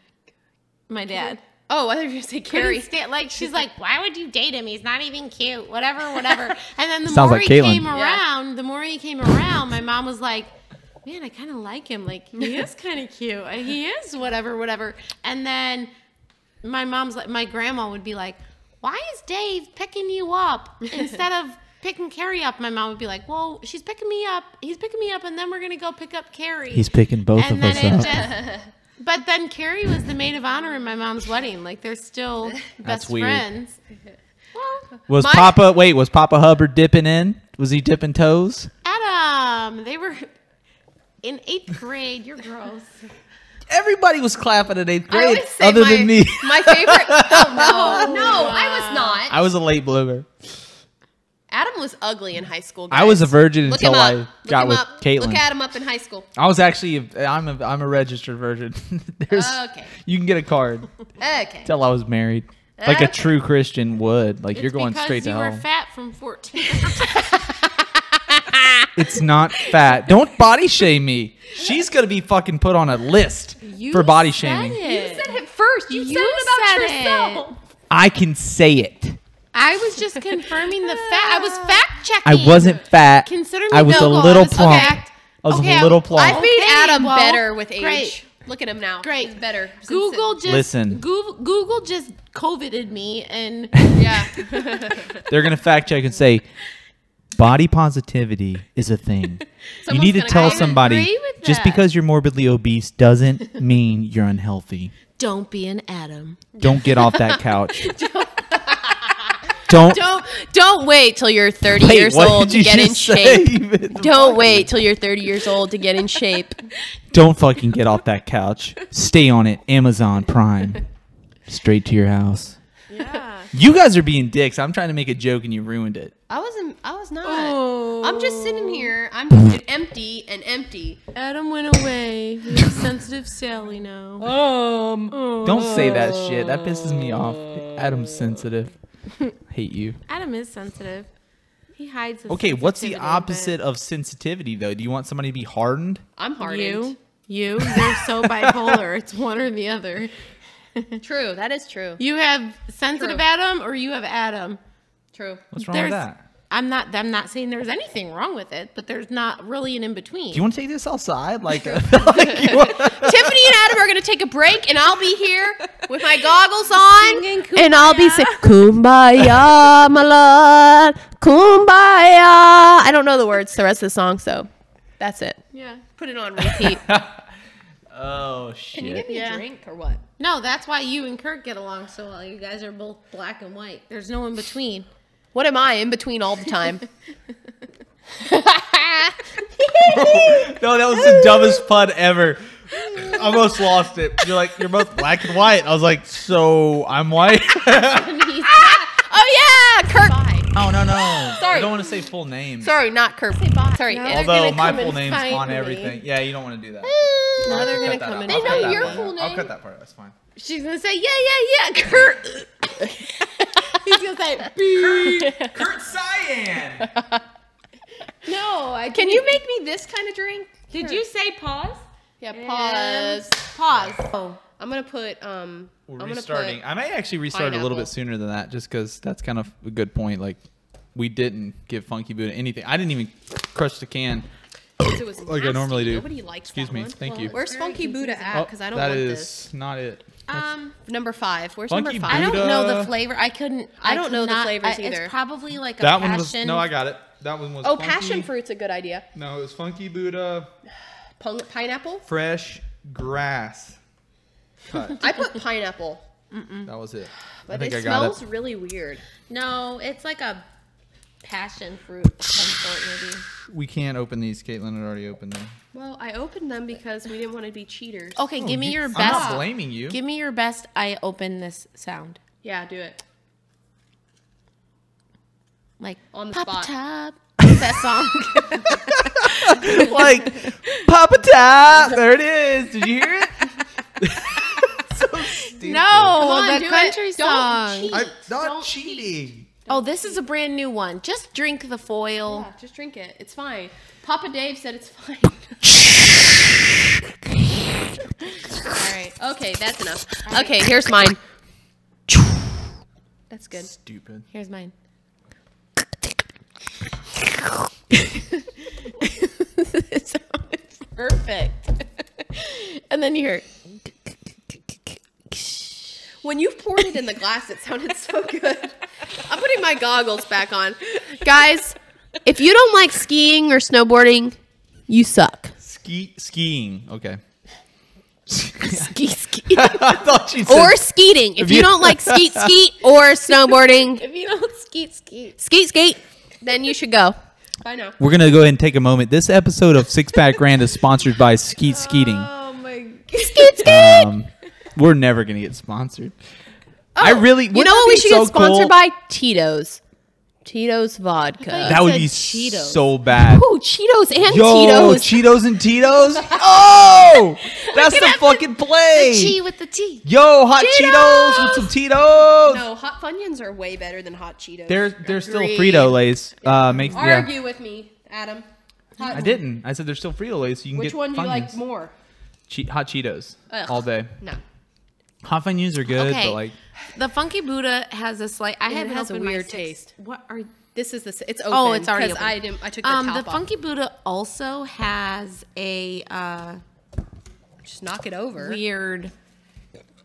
my dad.
oh, I thought you were gonna say Carrie.
Couldn't stand- like she's like, why would you date him? He's not even cute. Whatever, whatever. And then the
Sounds
more
like
he
Caitlyn.
came
Yeah.
around, the more he came around, my mom was like, man, I kind of like him. Like he is kind of cute. Uh, He is whatever, whatever. And then my mom's like, my grandma would be like, why is Dave picking you up instead of picking Carrie up? My mom would be like, well, she's picking me up. He's picking me up, and then we're gonna go pick up Carrie.
He's picking both
and
of
then
us
it
up.
just. But then Carrie was the maid of honor in my mom's wedding. Like they're still best
weird.
friends. Well,
was
My-
Papa, wait, was Papa Hubbard dipping in? Was he dipping toes?
Adam, they were in eighth grade. You're gross.
Everybody was clapping at eighth
I
grade,
always say
other
my,
than me.
my favorite. Oh no, no, I was not.
I was a late bloomer.
Adam was ugly in high school.
I was a
guys.
virgin
Look
until
him up.
I
Look
got
him
with
up.
Caitlin.
Look at him up in high school.
I was actually a, I'm a I'm a registered virgin. There's
Oh,
Okay.
you can get a card
Okay.
till I was married. Like a
Okay.
true Christian would. Like you're
It's
going
because
straight to
you
hell.
were fat from 14.
It's not fat. Don't body shame me. She's gonna be fucking put on a list
You
for body
said
shaming.
it.
You said it first. You, said
You
it
said
about
it.
yourself.
I can say it.
I was just confirming the fact. I was fact
I
checking.
wasn't fat.
Consider me
I was
vocal.
a
I
little
was
plump.
fact.
I was
Okay,
a
I-
little plump.
I've made
Okay,
Adam
well,
better with age.
great.
Look at him now.
Great.
He's better. since
Google just
Listen.
Google, Google just coveted me and
then. Yeah.
They're gonna fact check and say body positivity is a thing. you
Someone's
need to
gonna
tell
go, "I
somebody
agree with
just
that."
because you're morbidly obese doesn't mean you're unhealthy.
don't be an Adam.
Don't get off that couch. Don't,
Don't don't wait till you're 30
Wait,
years
what
old
did
to
you
get in
just say?
shape.
Even-
Don't wait till you're 30 years old to get in shape.
Don't fucking get off that couch. Stay on it. Amazon Prime. Straight to your house.
Yeah.
You guys are being dicks. I'm trying to make a joke and you ruined it.
I wasn't. I was not. I'm just sitting here. I'm just empty and empty.
Adam went away. We have sensitive Sally now.
Oh.
Don't say that shit. That pisses me off. Adam's sensitive. Hate you.
Adam is sensitive. He hides. His
Okay, what's the
sensitivity, but-
opposite of sensitivity though? Do you want somebody to be hardened?
I'm hardened.
You? You, you're so bipolar. It's one or the other.
True. That is true.
You have sensitive
True.
Adam or you have Adam.
True.
What's wrong with
There's-
that?
I'm not. I'm not saying there's anything wrong with it, but there's not really an in between.
Do you want to take this outside? Like, uh, like you want-
Tiffany and Adam are going to take a break, and I'll be here with my goggles on.
And I'll be saying, Kumbaya, my lord, Kumbaya. I don't know the words to the rest of the song, so that's it.
yeah.
Put it on repeat.
Oh
Can you
shit!
get me
Yeah.
a drink or what?
No, that's why you and Kurt get along so well. You guys are both black and white. There's no in between.
What am I in between all the time?
No, that was the dumbest pun ever. Almost lost it. You're like you're both black and white. I was like, so I'm white.
oh yeah, Kirk.
Oh no no!
Sorry.
You don't want to say full name.
Sorry, not Kirk. Sorry,
No,
Ed.
they're
Although
gonna
my
come
full
and
name's
find
on
me.
everything. Yeah, you don't want to do that.
No, they're
Cut
gonna
that
come
out.
and
I'll
They
cut
know
that
your
part out.
full
I'll
name.
cut that part. out. That's fine.
She's gonna say, yeah, yeah, yeah, Kurt. He's gonna say, "Beep."
Kurt Cyan.
no, I
Can you make me this kind of drink?
Did you say pause?
Yeah,
And-
pause.
Pause. Oh,
I'm gonna put um.
We're
I'm
restarting. I may actually restart a little
pineapple.
bit sooner than that, just because that's kind of a good point. Like, we didn't give Funky Buddha anything. I didn't even crush the can
Gonna put, it was
like I normally do.
Nobody likes
Excuse
that
me.
one.
Thank you. Oh,
Where's Funky Buddha at? Because Ah, I don't
that
want
is
this.
not it.
um,
Number five. Where's
Funky
number
I
five?
don't know the
Buddha.
flavor. I couldn't.
I don't
could
know the
not-
flavors
I-
either.
It's probably like a
That
passion.
one was no. I got it. That one was.
Oh,
Funky-
passion fruit's a good idea.
No, it was Funky Buddha
Pung- pineapple.
fresh grass. Cut.
I put pineapple,
that was it. I
but
think
it
I got
smells
it.
really weird.
no, it's like a passion fruit of some sort, maybe.
We can't open these. Caitlin had already opened them.
Well, I opened them because we didn't want to be cheaters.
Okay, give me
You-
your
Oh, I'm
best.
not blaming you.
Give me your best. I open this sound
Yeah, do it.
like
On the
pop
spot.
top. What's that song?
like, Papa Top. There it is. Did you hear it? so stupid.
no,
on, do
the
it.
country
Don't
song.
cheat.
I'm not cheating.
Oh, this is a brand new one. Just drink the foil.
Oh.
Yeah, just drink it. It's fine. Papa Dave said it's fine. All right. Okay, that's enough. Okay, here's mine. That's good.
Stupid.
Here's mine.
It sounds perfect. and then you hear,
When you poured it in the glass, it sounded so good. I'm putting my goggles back on. Guys, if you don't like skiing or snowboarding, you suck.
Ski skiing. Okay.
Ski, ski.
I thought she said.
Or skeeting. If you don't like skeet, skeet or snowboarding,
if you don't skeet, skeet.
skeet, skeet, then you should go.
Bye now.
We're gonna go ahead and take a moment. This episode of Six Pack Grand is sponsored by Skeet Skeeting.
Oh my god.
Skeet, skeet. Oh,
Um, we're never gonna get sponsored. I really.
You know what we should get sponsored by? Tito's. Tito's vodka.
That would
said
be
Cheetos.
so bad.
Ooh, Cheetos and
Yo,
Tito's.
Cheetos. and Tito's. Oh, that's the fucking play.
Chi with the T.
Yo, hot Cheetos with some Tito's.
no, hot Funyuns are way better than hot Cheetos.
They're they're still Frito Lay's. Uh, makes
Argue
yeah.
with me, Adam. Hot,
I didn't. I said they're still Frito Lay's. So you can
Which
get
one do you like
Funyuns.
more?
Che- hot Cheetos
Ugh.
all day.
No.
Hot Funyuns are good,
Okay.
but like
The Funky Buddha has a slight. I haven't
has a
opened my
weird
six-
taste.
What are?
This is the s- it's open.
Oh, it's already
'cause
open.
I didn't I took the
Um, the
top
Funky Buddha also has a uh,
off. Just knock it over.
weird.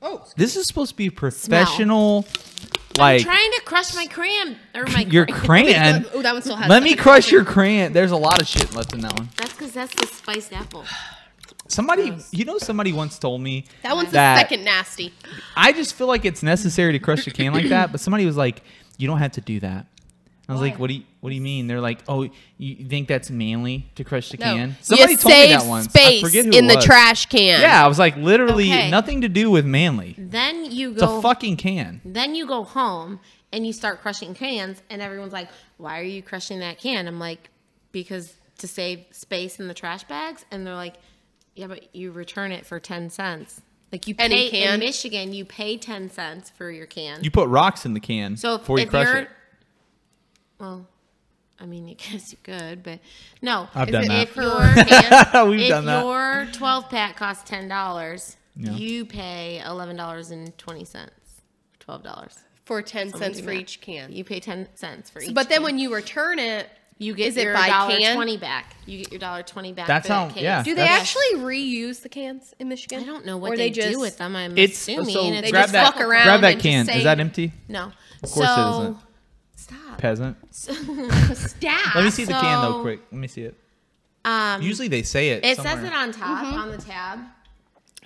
Oh,
this is supposed to be professional. Like
Trying to crush my crayon or my.
your
crayon.
crayon.
oh, that one still has.
Let me crush your crayon. There's a lot of shit left in that one.
That's because that's the spiced apple.
Somebody, you know, somebody once told me
That one's
that-
the second nasty.
I just feel like it's necessary to crush a can like that, but somebody was like, "You don't have to do that." I was like, "What do you What do you mean?" They're like, "Oh, you think that's manly to crush the
No.
can?" Somebody
you
told
save
me that once. I
space
forget who
in
it
the
was.
trash can.
Yeah, I was like, literally
Okay.
nothing to do with manly.
Then you
It's
go.
a fucking can.
Then you go home and you start crushing cans, and everyone's like, "Why are you crushing that can?" I'm like, "Because to save space in the trash bags." And they're like, "Yeah, but you return it for ten cents. Like you
Any
pay
can?
in Michigan, you pay ten cents for your can.
You put rocks in the can
so if,
before you
if
crush
you're,
it.
well,
I mean, I guess you could, but no.
I've
If-
done that.
If your hand,
We've
if
done that.
your twelve pack costs ten dollars,
Yeah.
you pay eleven dollars and twenty cents, twelve dollars.
for 10 cents
do
for
that.
each can.
You pay ten cents for each.
But then
can.
when you return it,
you get
is it
your
by
dollar
can?
twenty back, you get your dollar twenty back.
That's
for
how-
that case.
yeah.
do they
That's-
actually reuse the cans in Michigan?
I don't know what
Or
they,
just,
do with them. I'm
It's
assuming
so
it's
grab
just
that
fuck around
grab that
and just
can.
say-
Is that empty?
No. Of
course it
so,
isn't.
Stop.
Peasant.
Staff.
Let me see the can
So-
though, quick. Let me see it.
Um,
Usually they say it.
it
somewhere.
says it on top
Mm-hmm.
on the tab.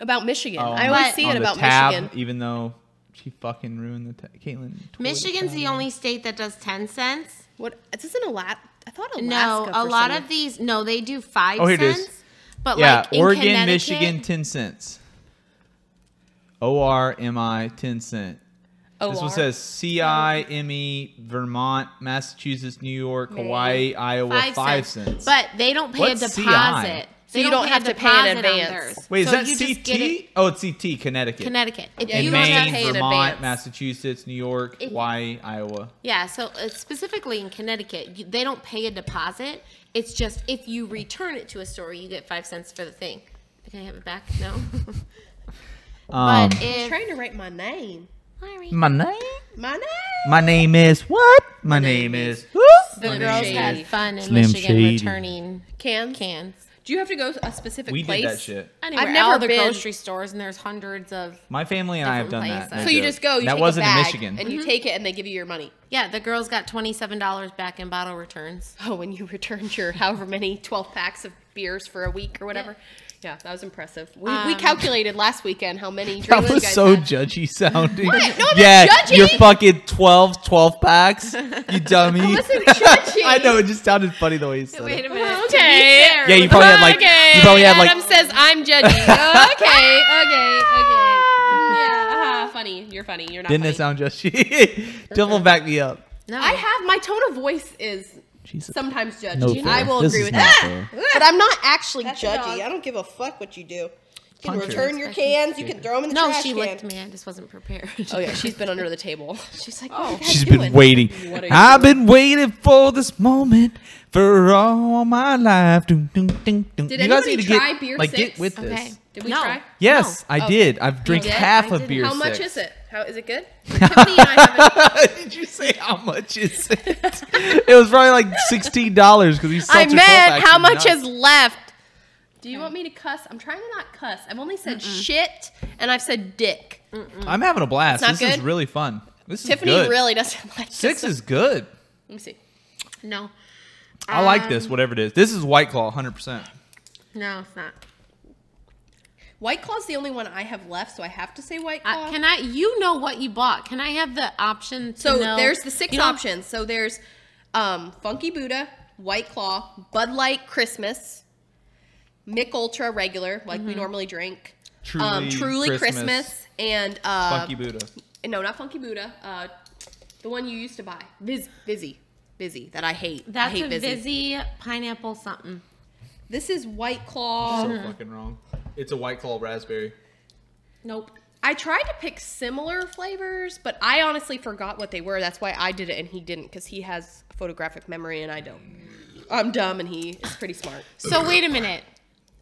About Michigan.
Oh,
I always
but-
see
on
it
the
about
tab,
Michigan.
even though she fucking ruined the ta- Caitlin. totally
Michigan's the
ruined
only state that does ten cents.
What? This isn't a lot. I thought Alaska.
No, a
for
lot
some
of these. No, they do five
Oh, here it is.
cents. But
it. Yeah,
like in
Oregon,
Connecticut-
Michigan, ten cents. O R M I, ten cent. This one
OR.
says C I M E, Vermont, Massachusetts, New York, Hawaii, Iowa,
five,
five,
cents.
cents.
But they don't pay
What's
a
CI?
deposit.
So
They
you don't
pay a
have to pay
deposit on
in advance.
theirs.
Wait,
So
is
you
that
just get it-
CT? Oh, it's CT, Connecticut.
Connecticut. If
Yeah,
In
you
you
don't
don't
Maine,
have
pay in
Vermont,
advance.
Massachusetts, New York,
If-
Hawaii, Iowa.
Yeah, so uh, specifically in Connecticut, you, they don't pay a deposit. It's just if you return it to a store, you get five cents for the thing. Can I have it back? No.
Um,
but
I'm
if
trying to write my name.
Sorry.
my name,
My name.
my name is what? My name is.
the
Slim
girls
Shady.
had fun in
Slim
Michigan
Shady.
returning
Cans.
cans.
Do you have to go to a specific
We
place?
did that shit.
Anywhere, I've
never
all the
been-
grocery stores, and there's hundreds of
My family and I have done
Different
that.
places.
no
So you
joke.
just go. You
that
take
wasn't
a bag
in Michigan.
And you
Mm-hmm.
take it, and they give you your money.
Yeah, the girls got twenty-seven dollars back in bottle returns.
Oh, when you returned your however many twelve packs of beers for a week or whatever. Yeah, that was impressive. We, we
Um,
calculated last weekend how many drinks
that
you
was
guys
so
had.
judgy sounding.
What? No, I'm not
yeah,
judgy.
you're fucking 12, 12 packs, you dummy. I
wasn't judgy.
know it just sounded funny the way you said it.
a minute.
Oh, Okay.
Yeah, you probably had like you probably had like
Adam says I'm judgy. okay, okay, okay. Yeah, uh-huh, funny. You're funny. You're not.
didn't
funny.
it sound judgy? Double back me up.
No,
I have my tone of voice is
Jesus.
sometimes judgy.
No fair.
I will
This
agree
is
with
not
that.
fair.
But I'm not actually
dog.
judgy. I don't give a fuck what you do. You can
Punch her.
return your cans. You can throw them in the
no.
trash
She
can.
licked me. I just wasn't prepared.
Oh yeah, she's been under the table. She's like, oh,
She's been waiting.
What are you
I've been waiting for this moment for all my life. Dun, dun, dun, dun.
Did
you guys
anybody
need to get,
try beer
like
six?
get with this.
Okay.
Did we
No.
try? Oh,
Yes, I did. I've drank
did?
half
I
of
didn't.
beer.
How much
six.
is it? How is it good? Tiffany and I haven't-
Did you say how much is it? it was probably like sixteen dollars because he's.
I meant how much is left.
Do you want me to cuss? I'm trying to not cuss. I've only said shit and I've said dick.
I'm having a blast.
not
This is
good?
really fun. This is
Tiffany
good.
really doesn't like
Six
This.
is good.
Let me see.
no,
I like
Um,
this. Whatever it is, this is White Claw, hundred percent.
no, it's not.
White Claw's the only one I have left, so I have to say White Claw.
I, can I? You know what you bought? Can I have the option? To
so
know-
there's the six
You know-
options. So there's um, Funky Buddha, White Claw, Bud Light Christmas, Mick Ultra regular, like
Mm-hmm.
we normally drink, um, Truly Christmas, and uh,
Funky Buddha.
no, not Funky Buddha. Uh, the one you used to buy, Viz, Vizzy, Vizzy, that I hate. I
That's
hate
a
Vizzy.
busy pineapple something.
This is White Claw.
So fucking wrong. It's a White Claw raspberry.
Nope.
I tried to pick similar flavors, but I honestly forgot what they were. That's why I did it and he didn't, because he has photographic memory and I don't. I'm dumb and he is pretty smart.
So wait a minute.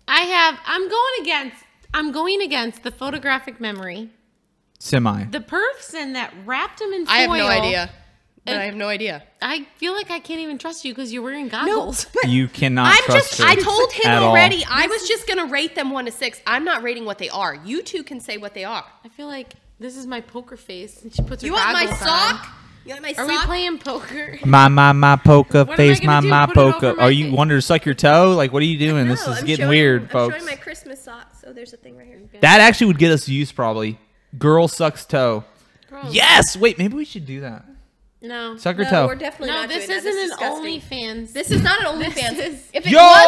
I have. I'm going against. I'm going against the photographic memory.
Semi.
The person that wrapped him in foil.
I have no idea. But I have no idea.
I feel like I can't even trust you because you're wearing goggles.
You cannot
I'm
trust
just.
her
I told him
at all.
already. I was just gonna rate them one to six. I'm not rating what they are. You two can say what they are.
I feel like this is my poker face, and she puts her
You want my
goggles on.
sock? You want my
Are
sock?
we playing poker?
My my my poker
I
face, my
gonna do?
my
Put it over
poker.
my
Are you
face.
wanting to suck your toe? Like, what are you doing? this
No,
is
I'm
getting
showing-
weird,
I'm
folks.
showing my Christmas socks. So there's a thing right here.
that actually would get us views, probably. Girl sucks toe.
Gross.
Yes. Wait, maybe we should do that.
No.
Suck her
Oh. No,
toe.
we're definitely
No,
not
this
doing that. This is
isn't an
disgusting.
OnlyFans.
This is not an OnlyFans.
is-
if it
Yo,
was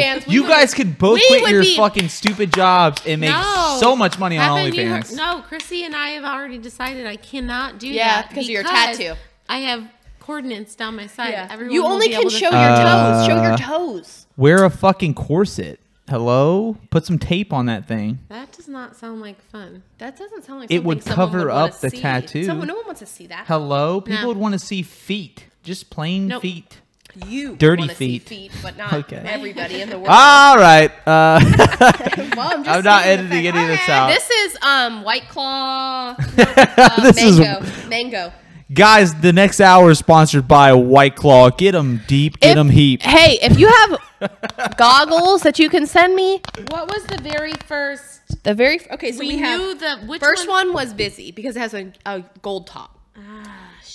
an OnlyFans, we
you
would-
guys could both
we
quit
would
your
be-
fucking stupid jobs and make
No.
so much money on
Haven't you
OnlyFans.
heard- no, Chrissy and I have already decided I cannot do
Yeah,
that.
because of your tattoo.
I have coordinates down my side.
Yeah.
Everyone
You
will
only
be
can
able to
show your
find-
toes. Show
Uh,
your toes.
Wear a fucking corset. Hello. Put some tape on that thing.
That does not sound like fun.
That doesn't sound like
It would cover up the tattoo.
Someone, no one wants to see that.
Hello. People
No.
would want to see feet. Just plain
Nope.
feet.
you
Dirty
wanna see
feet.
feet, but not
Okay.
everybody in the world.
All right. Uh,
Well, I'm, just
I'm not
saying the
editing
fact-
any of this out.
This is um White Claw, uh,
This is-
mango, mango.
guys, the next hour is sponsored by White Claw. Get them deep, get
If-
them heap.
Hey, if you have goggles that you can send me,
What was the very first?
the very f-
Okay, so we,
we
have
knew the which
first one was busy because it has a, a gold top.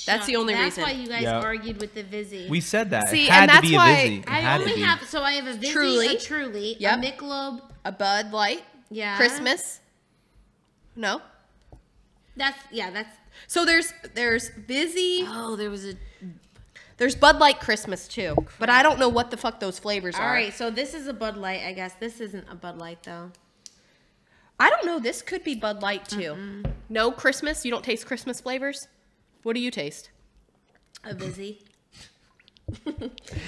That's the only
Ah, That's
reason.
why you guys
Yeah.
argued with the Vizzy.
We said that.
See,
it had
and
to
that's
be
why
a busy. It had
I
to
only
be.
have so I have a Vizzy,
Truly.
a Truly,
Yep.
a Michelob.
A Bud Light,
Yeah.
Christmas. No,
That's yeah. That's
so there's there's busy,
oh, there was a.
there's Bud Light Christmas too, but I don't know what the fuck those flavors
All
are.
right, so this is a Bud Light, I guess. This isn't a Bud Light though.
I don't know. This could be Bud Light too. No Christmas. You don't taste Christmas flavors. What do you taste?
A Vizzy.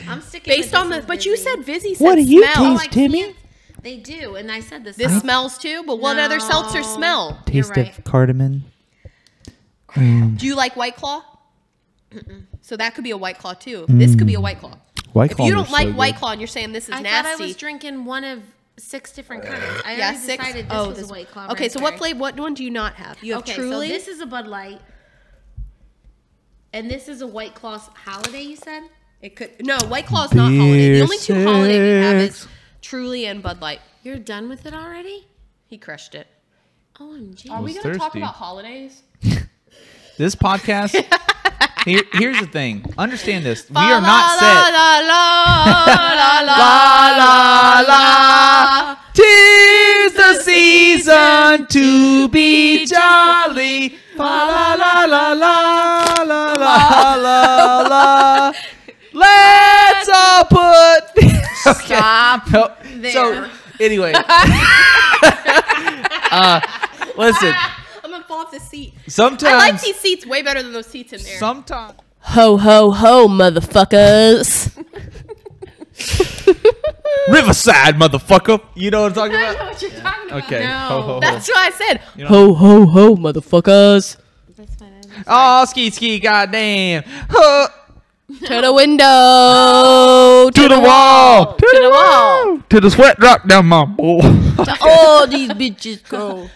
I'm sticking with
Based
this
on the,
one's
but you
Vizzy.
said Vizzy. Said
What do you
smell.
Oh, I
taste, Timmy?
can't- They do, and I said this.
This
last-
smells too, but what other seltzer
No.
smell?
You're
Taste
right.
of cardamom.
Do you like White Claw? So that could be a White Claw too. This could be a White Claw.
White
If
Mm. Claw
you
are
don't
so
like
good.
White Claw and you're saying this is
I
nasty,
thought I was drinking one of six different kinds. I
yeah,
already
six.
decided this
oh,
was
this
a White Claw.
Okay, so what
raspberry.
flavor? What one do you not have? You have
Okay,
Truly.
so this is a Bud Light, and this is a White Claw holiday. You said
it could no White Claw is not holiday. The only two
Beer
holiday we have is
six.
Truly and Bud Light.
you're done with it already.
He crushed it.
Omg.
I
Are we
was
going to talk
thirsty.
about holidays?
This podcast. here, here's the thing. Understand this. We are not set. La la. Tis the season to be jolly. La la la la la la la la la. Let's all put. okay.
Stop.
Nope. So
there.
anyway. uh, listen.
I'm gonna fall off the seat.
Sometimes.
I like these seats way better than those seats in there.
sometimes.
ho ho ho, motherfuckers.
Riverside, motherfucker. You know what I'm talking
I
about?
know what you're talking about.
Okay.
No.
Ho, ho, ho.
That's what I said.
Ho ho ho, motherfuckers.
That's fine. I know.
Oh, ski ski, goddamn. Huh.
To the window.
To the wall.
To the wall.
To the sweat drop down my bowl.
To all these bitches go.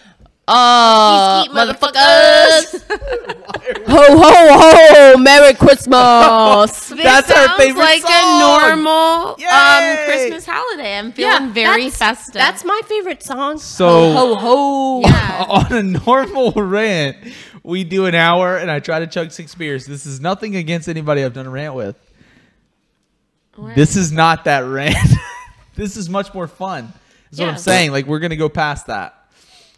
Uh,
Skeet,
motherfuckers. ho ho ho, Merry Christmas.
That's our favorite
like
song.
a normal
Yay!
um, Christmas holiday. I'm feeling very festive.
That's my favorite song.
So-
ho ho.
Yeah.
On a normal rant, we do an hour and I try to chug six beers. This is nothing against anybody I've done a rant with. This is not that rant. this is much more fun. That's what
Yeah.
I'm saying. Like we're gonna go past that.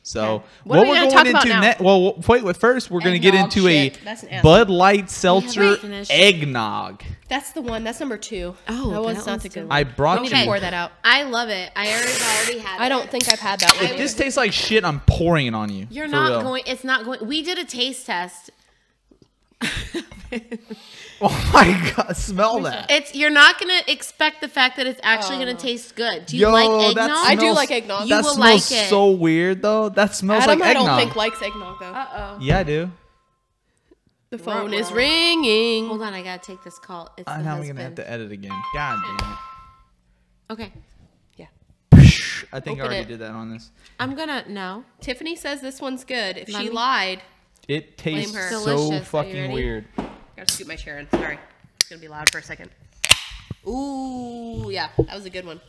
So
What are we
we're going
gonna talk about
into
now?
net well wait with first we're gonna get
Eggnog
into a
shit. That's an ass.
Bud Light seltzer
finished.
eggnog.
That's the one. That's number two.
Oh,
that one's
that
not
one's
the good
good.
one.
I brought
Don't
you.
pour that out.
I love it. I already already had.
I
it.
don't think I've had that
If
one.
this tastes like shit, I'm pouring it on you.
You're
for
not
real.
going. It's not going. We did a taste test.
Oh my god, smell that.
It's you're not gonna expect the fact that it's actually gonna taste good. Oh. Do you
Yo,
like
that
eggnog?
smells-
I do like eggnog.
You
that
will
smells
like it.
so weird though. That smells
Adam,
like
I don't
eggnog.
think likes eggnog though.
Uh oh.
yeah, I do.
the phone is ringing.
Hold on, I gotta take this call. It's the
Uh, now we're gonna have
husband.
to edit again. God damn it.
Okay,
I think
Open
I already
it.
did that on this.
I'm gonna no.
Tiffany says this one's good. If
Let
she
me-
lied,
It tastes
her.
so
Delicious. Are you
fucking
ready?
weird.
gotta scoot my chair in. Sorry, it's gonna be loud for a second. Ooh, yeah, that was a good one.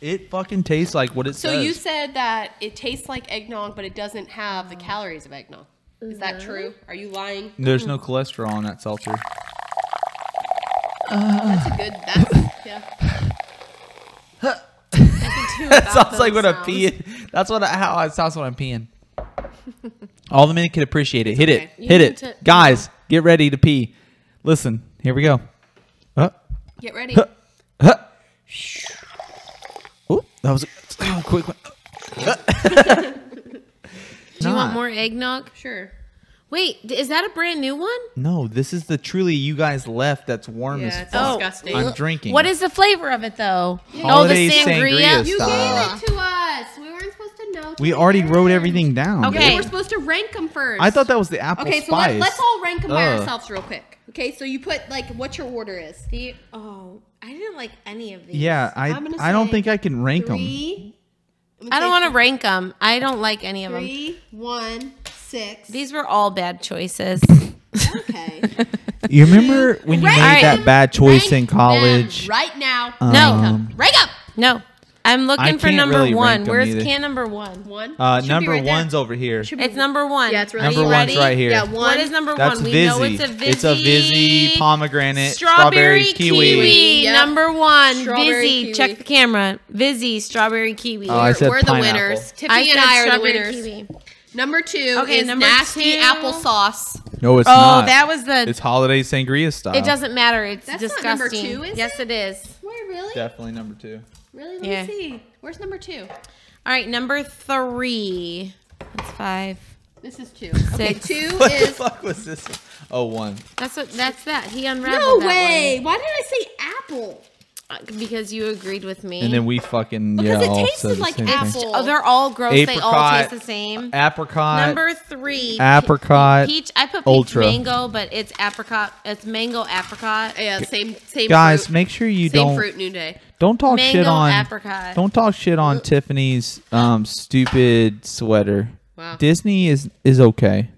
It fucking tastes like what it
So
says.
you said that it tastes like eggnog, but it doesn't have the calories of eggnog. Is that true? Are you lying?
mm.
There's no cholesterol in that seltzer.
That's a good. That's yeah.
that sounds like when I'm peeing. That's what I, how it sounds when I'm peeing. All the men can appreciate it. Hit
okay.
it. Hit it.
need to-
Guys, get ready to pee. Listen, here we go. Uh,
Get ready.
huh, huh. Ooh, that was a a quick one.
do you want
Not.
more eggnog?
Sure.
Wait, d- is that a brand new one?
No, this is the truly you guys left that's warm
Yeah,
as
it's
fuck.
disgusting.
Oh. I'm drinking.
Oh. What is the flavor of it though?
Holiday
oh, the
sangria
sangria.
You style.
gave it to us. We weren't supposed to know.
we already wrote everything down.
Okay.
We're supposed to rank them first.
I thought that was the apple
Okay, so
spice.
let, us all rank them by
Ugh.
ourselves real quick.
Okay, so you put like what your order is.
The oh, I didn't like any of these.
Yeah, I
I'm gonna
I don't
say
think I can rank them.
Three.
I don't want to rank them. I don't like any of them.
Three, one, six.
These were all bad choices.
okay.
You remember when you
Rank
made that
them.
bad choice in
Rank
college?
them right now.
No,
Um,
rank up.
no. I'm
I
looking for
can't
number
really rank
one.
'em
Where's
either.
can number one?
One.
Uh,
Should be
number
right there.
one's over here.
Should be-
It's number one.
Yeah, it's right
Are you
Number one's
ready?
right here.
Yeah, one.
What is number
That's
one? We
Vizzy.
know it's a Vizzy.
Vizzy, pomegranate, strawberry,
Strawberry, kiwi.
Yep.
Number one.
Strawberry
Vizzy.
kiwi.
Check the camera. Vizzy. Strawberry kiwi.
Oh, I said
We're the
pineapple.
winners.
Tiffany
I
and
said
I are the
strawberry
winners.
kiwi.
Number two
Okay,
is
number
nasty
two.
applesauce.
No, it's
Oh,
not.
that was the.
it's holiday sangria style.
It doesn't matter. It's
That's not
disgusting.
number two, is
yes, it is.
Wait, really?
Definitely number two.
Really? Let
Yeah.
me see. Where's number two?
All right, number three. That's five.
This is two. Okay,
Six.
two
What the
is.
fuck was this? one? Oh, one.
That's what. That's that. He
No
unraveled. that
way. Why did I say apple?
one. Uh, Because you agreed with me.
And then we fucking
Because
yeah. all
it tasted
said the
like
same thing.
apple.
Oh, they're all gross. They all
Apricot.
taste the same.
Apricot.
Number three, pe-
apricot
peach. I put peach
ultra.
mango, but it's apricot. It's mango apricot.
Oh, Yeah, same same
Guys,
fruit,
make sure you
same
don't
fruit new day.
don't talk
Mango
shit on
apricot.
don't talk shit on Tiffany's um stupid sweater.
Wow.
Disney is is okay.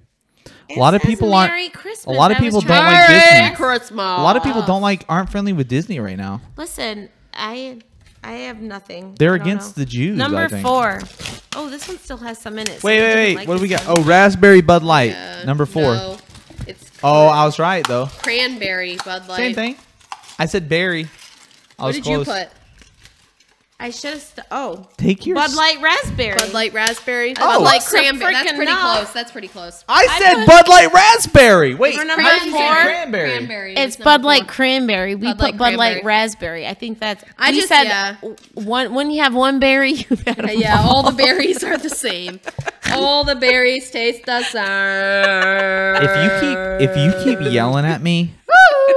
a lot of
says
people aren't.
Merry Christmas.
A lot of
I was
people don't
trying-
like Disney.
Christmas.
A lot of people don't like aren't friendly with Disney right now.
Listen, I I have nothing.
They're
I don't
against
know.
the Jews. I
Number
think.
four. Oh, this one still has some in it. so
Wait,
I
wait,
didn't
wait.
like
what do we
this
got?
one.
Oh, raspberry Bud Light. Number four.
Uh, No, it's
Oh, I was right though.
cranberry Bud Light.
Same thing. I said berry. I
What
was
did
close.
you put?
I should have. St- oh,
Take your.
Bud Light raspberry.
Bud Light raspberry.
Oh.
Bud Light
Close
cranberry. That's
freaking
pretty
enough.
close. That's pretty close.
I said
put-
Bud Light raspberry. Wait,
We're number
I said
four.
Cranberry.
Cranberry
It's
is number
Bud Light
four.
cranberry. We
Bud
put
Light
Bud Light
cranberry.
raspberry. I think that's.
I
we
just-
said
yeah.
one when you have one berry, you got them
Uh, Yeah,
all.
all the berries are the same. All the berries taste the same.
If you keep if you keep yelling at me,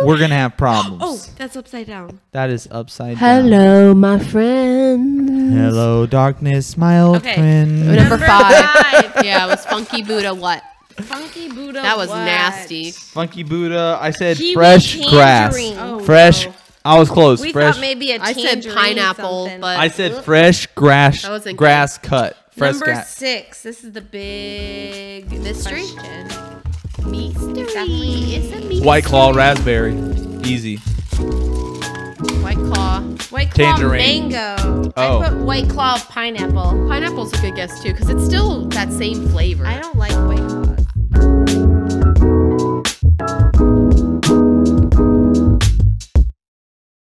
we're gonna have problems.
Oh, that's upside down.
That is upside down.
Hello, my friend.
Hello, darkness, my old
Okay.
friend.
Number five.
yeah, it was Funky Buddha. What?
Funky Buddha.
That was
what?
nasty.
Funky Buddha. I said
Kiwi
fresh grass.
tangerine. Oh,
fresh. I was close.
We
fresh.
thought maybe a
I said
tangerine
pineapple,
something.
but
I said fresh grass.
wasn't
Grass cut. Fresh
number
grass.
six. This is the big
Mystery?
question.
Mystery. It's a mystery.
White claw raspberry. Easy.
White Claw.
White claw
Tangerine.
mango.
Oh.
I put white claw pineapple.
Pineapple's a good guess too, because it's still that same flavor.
I don't like white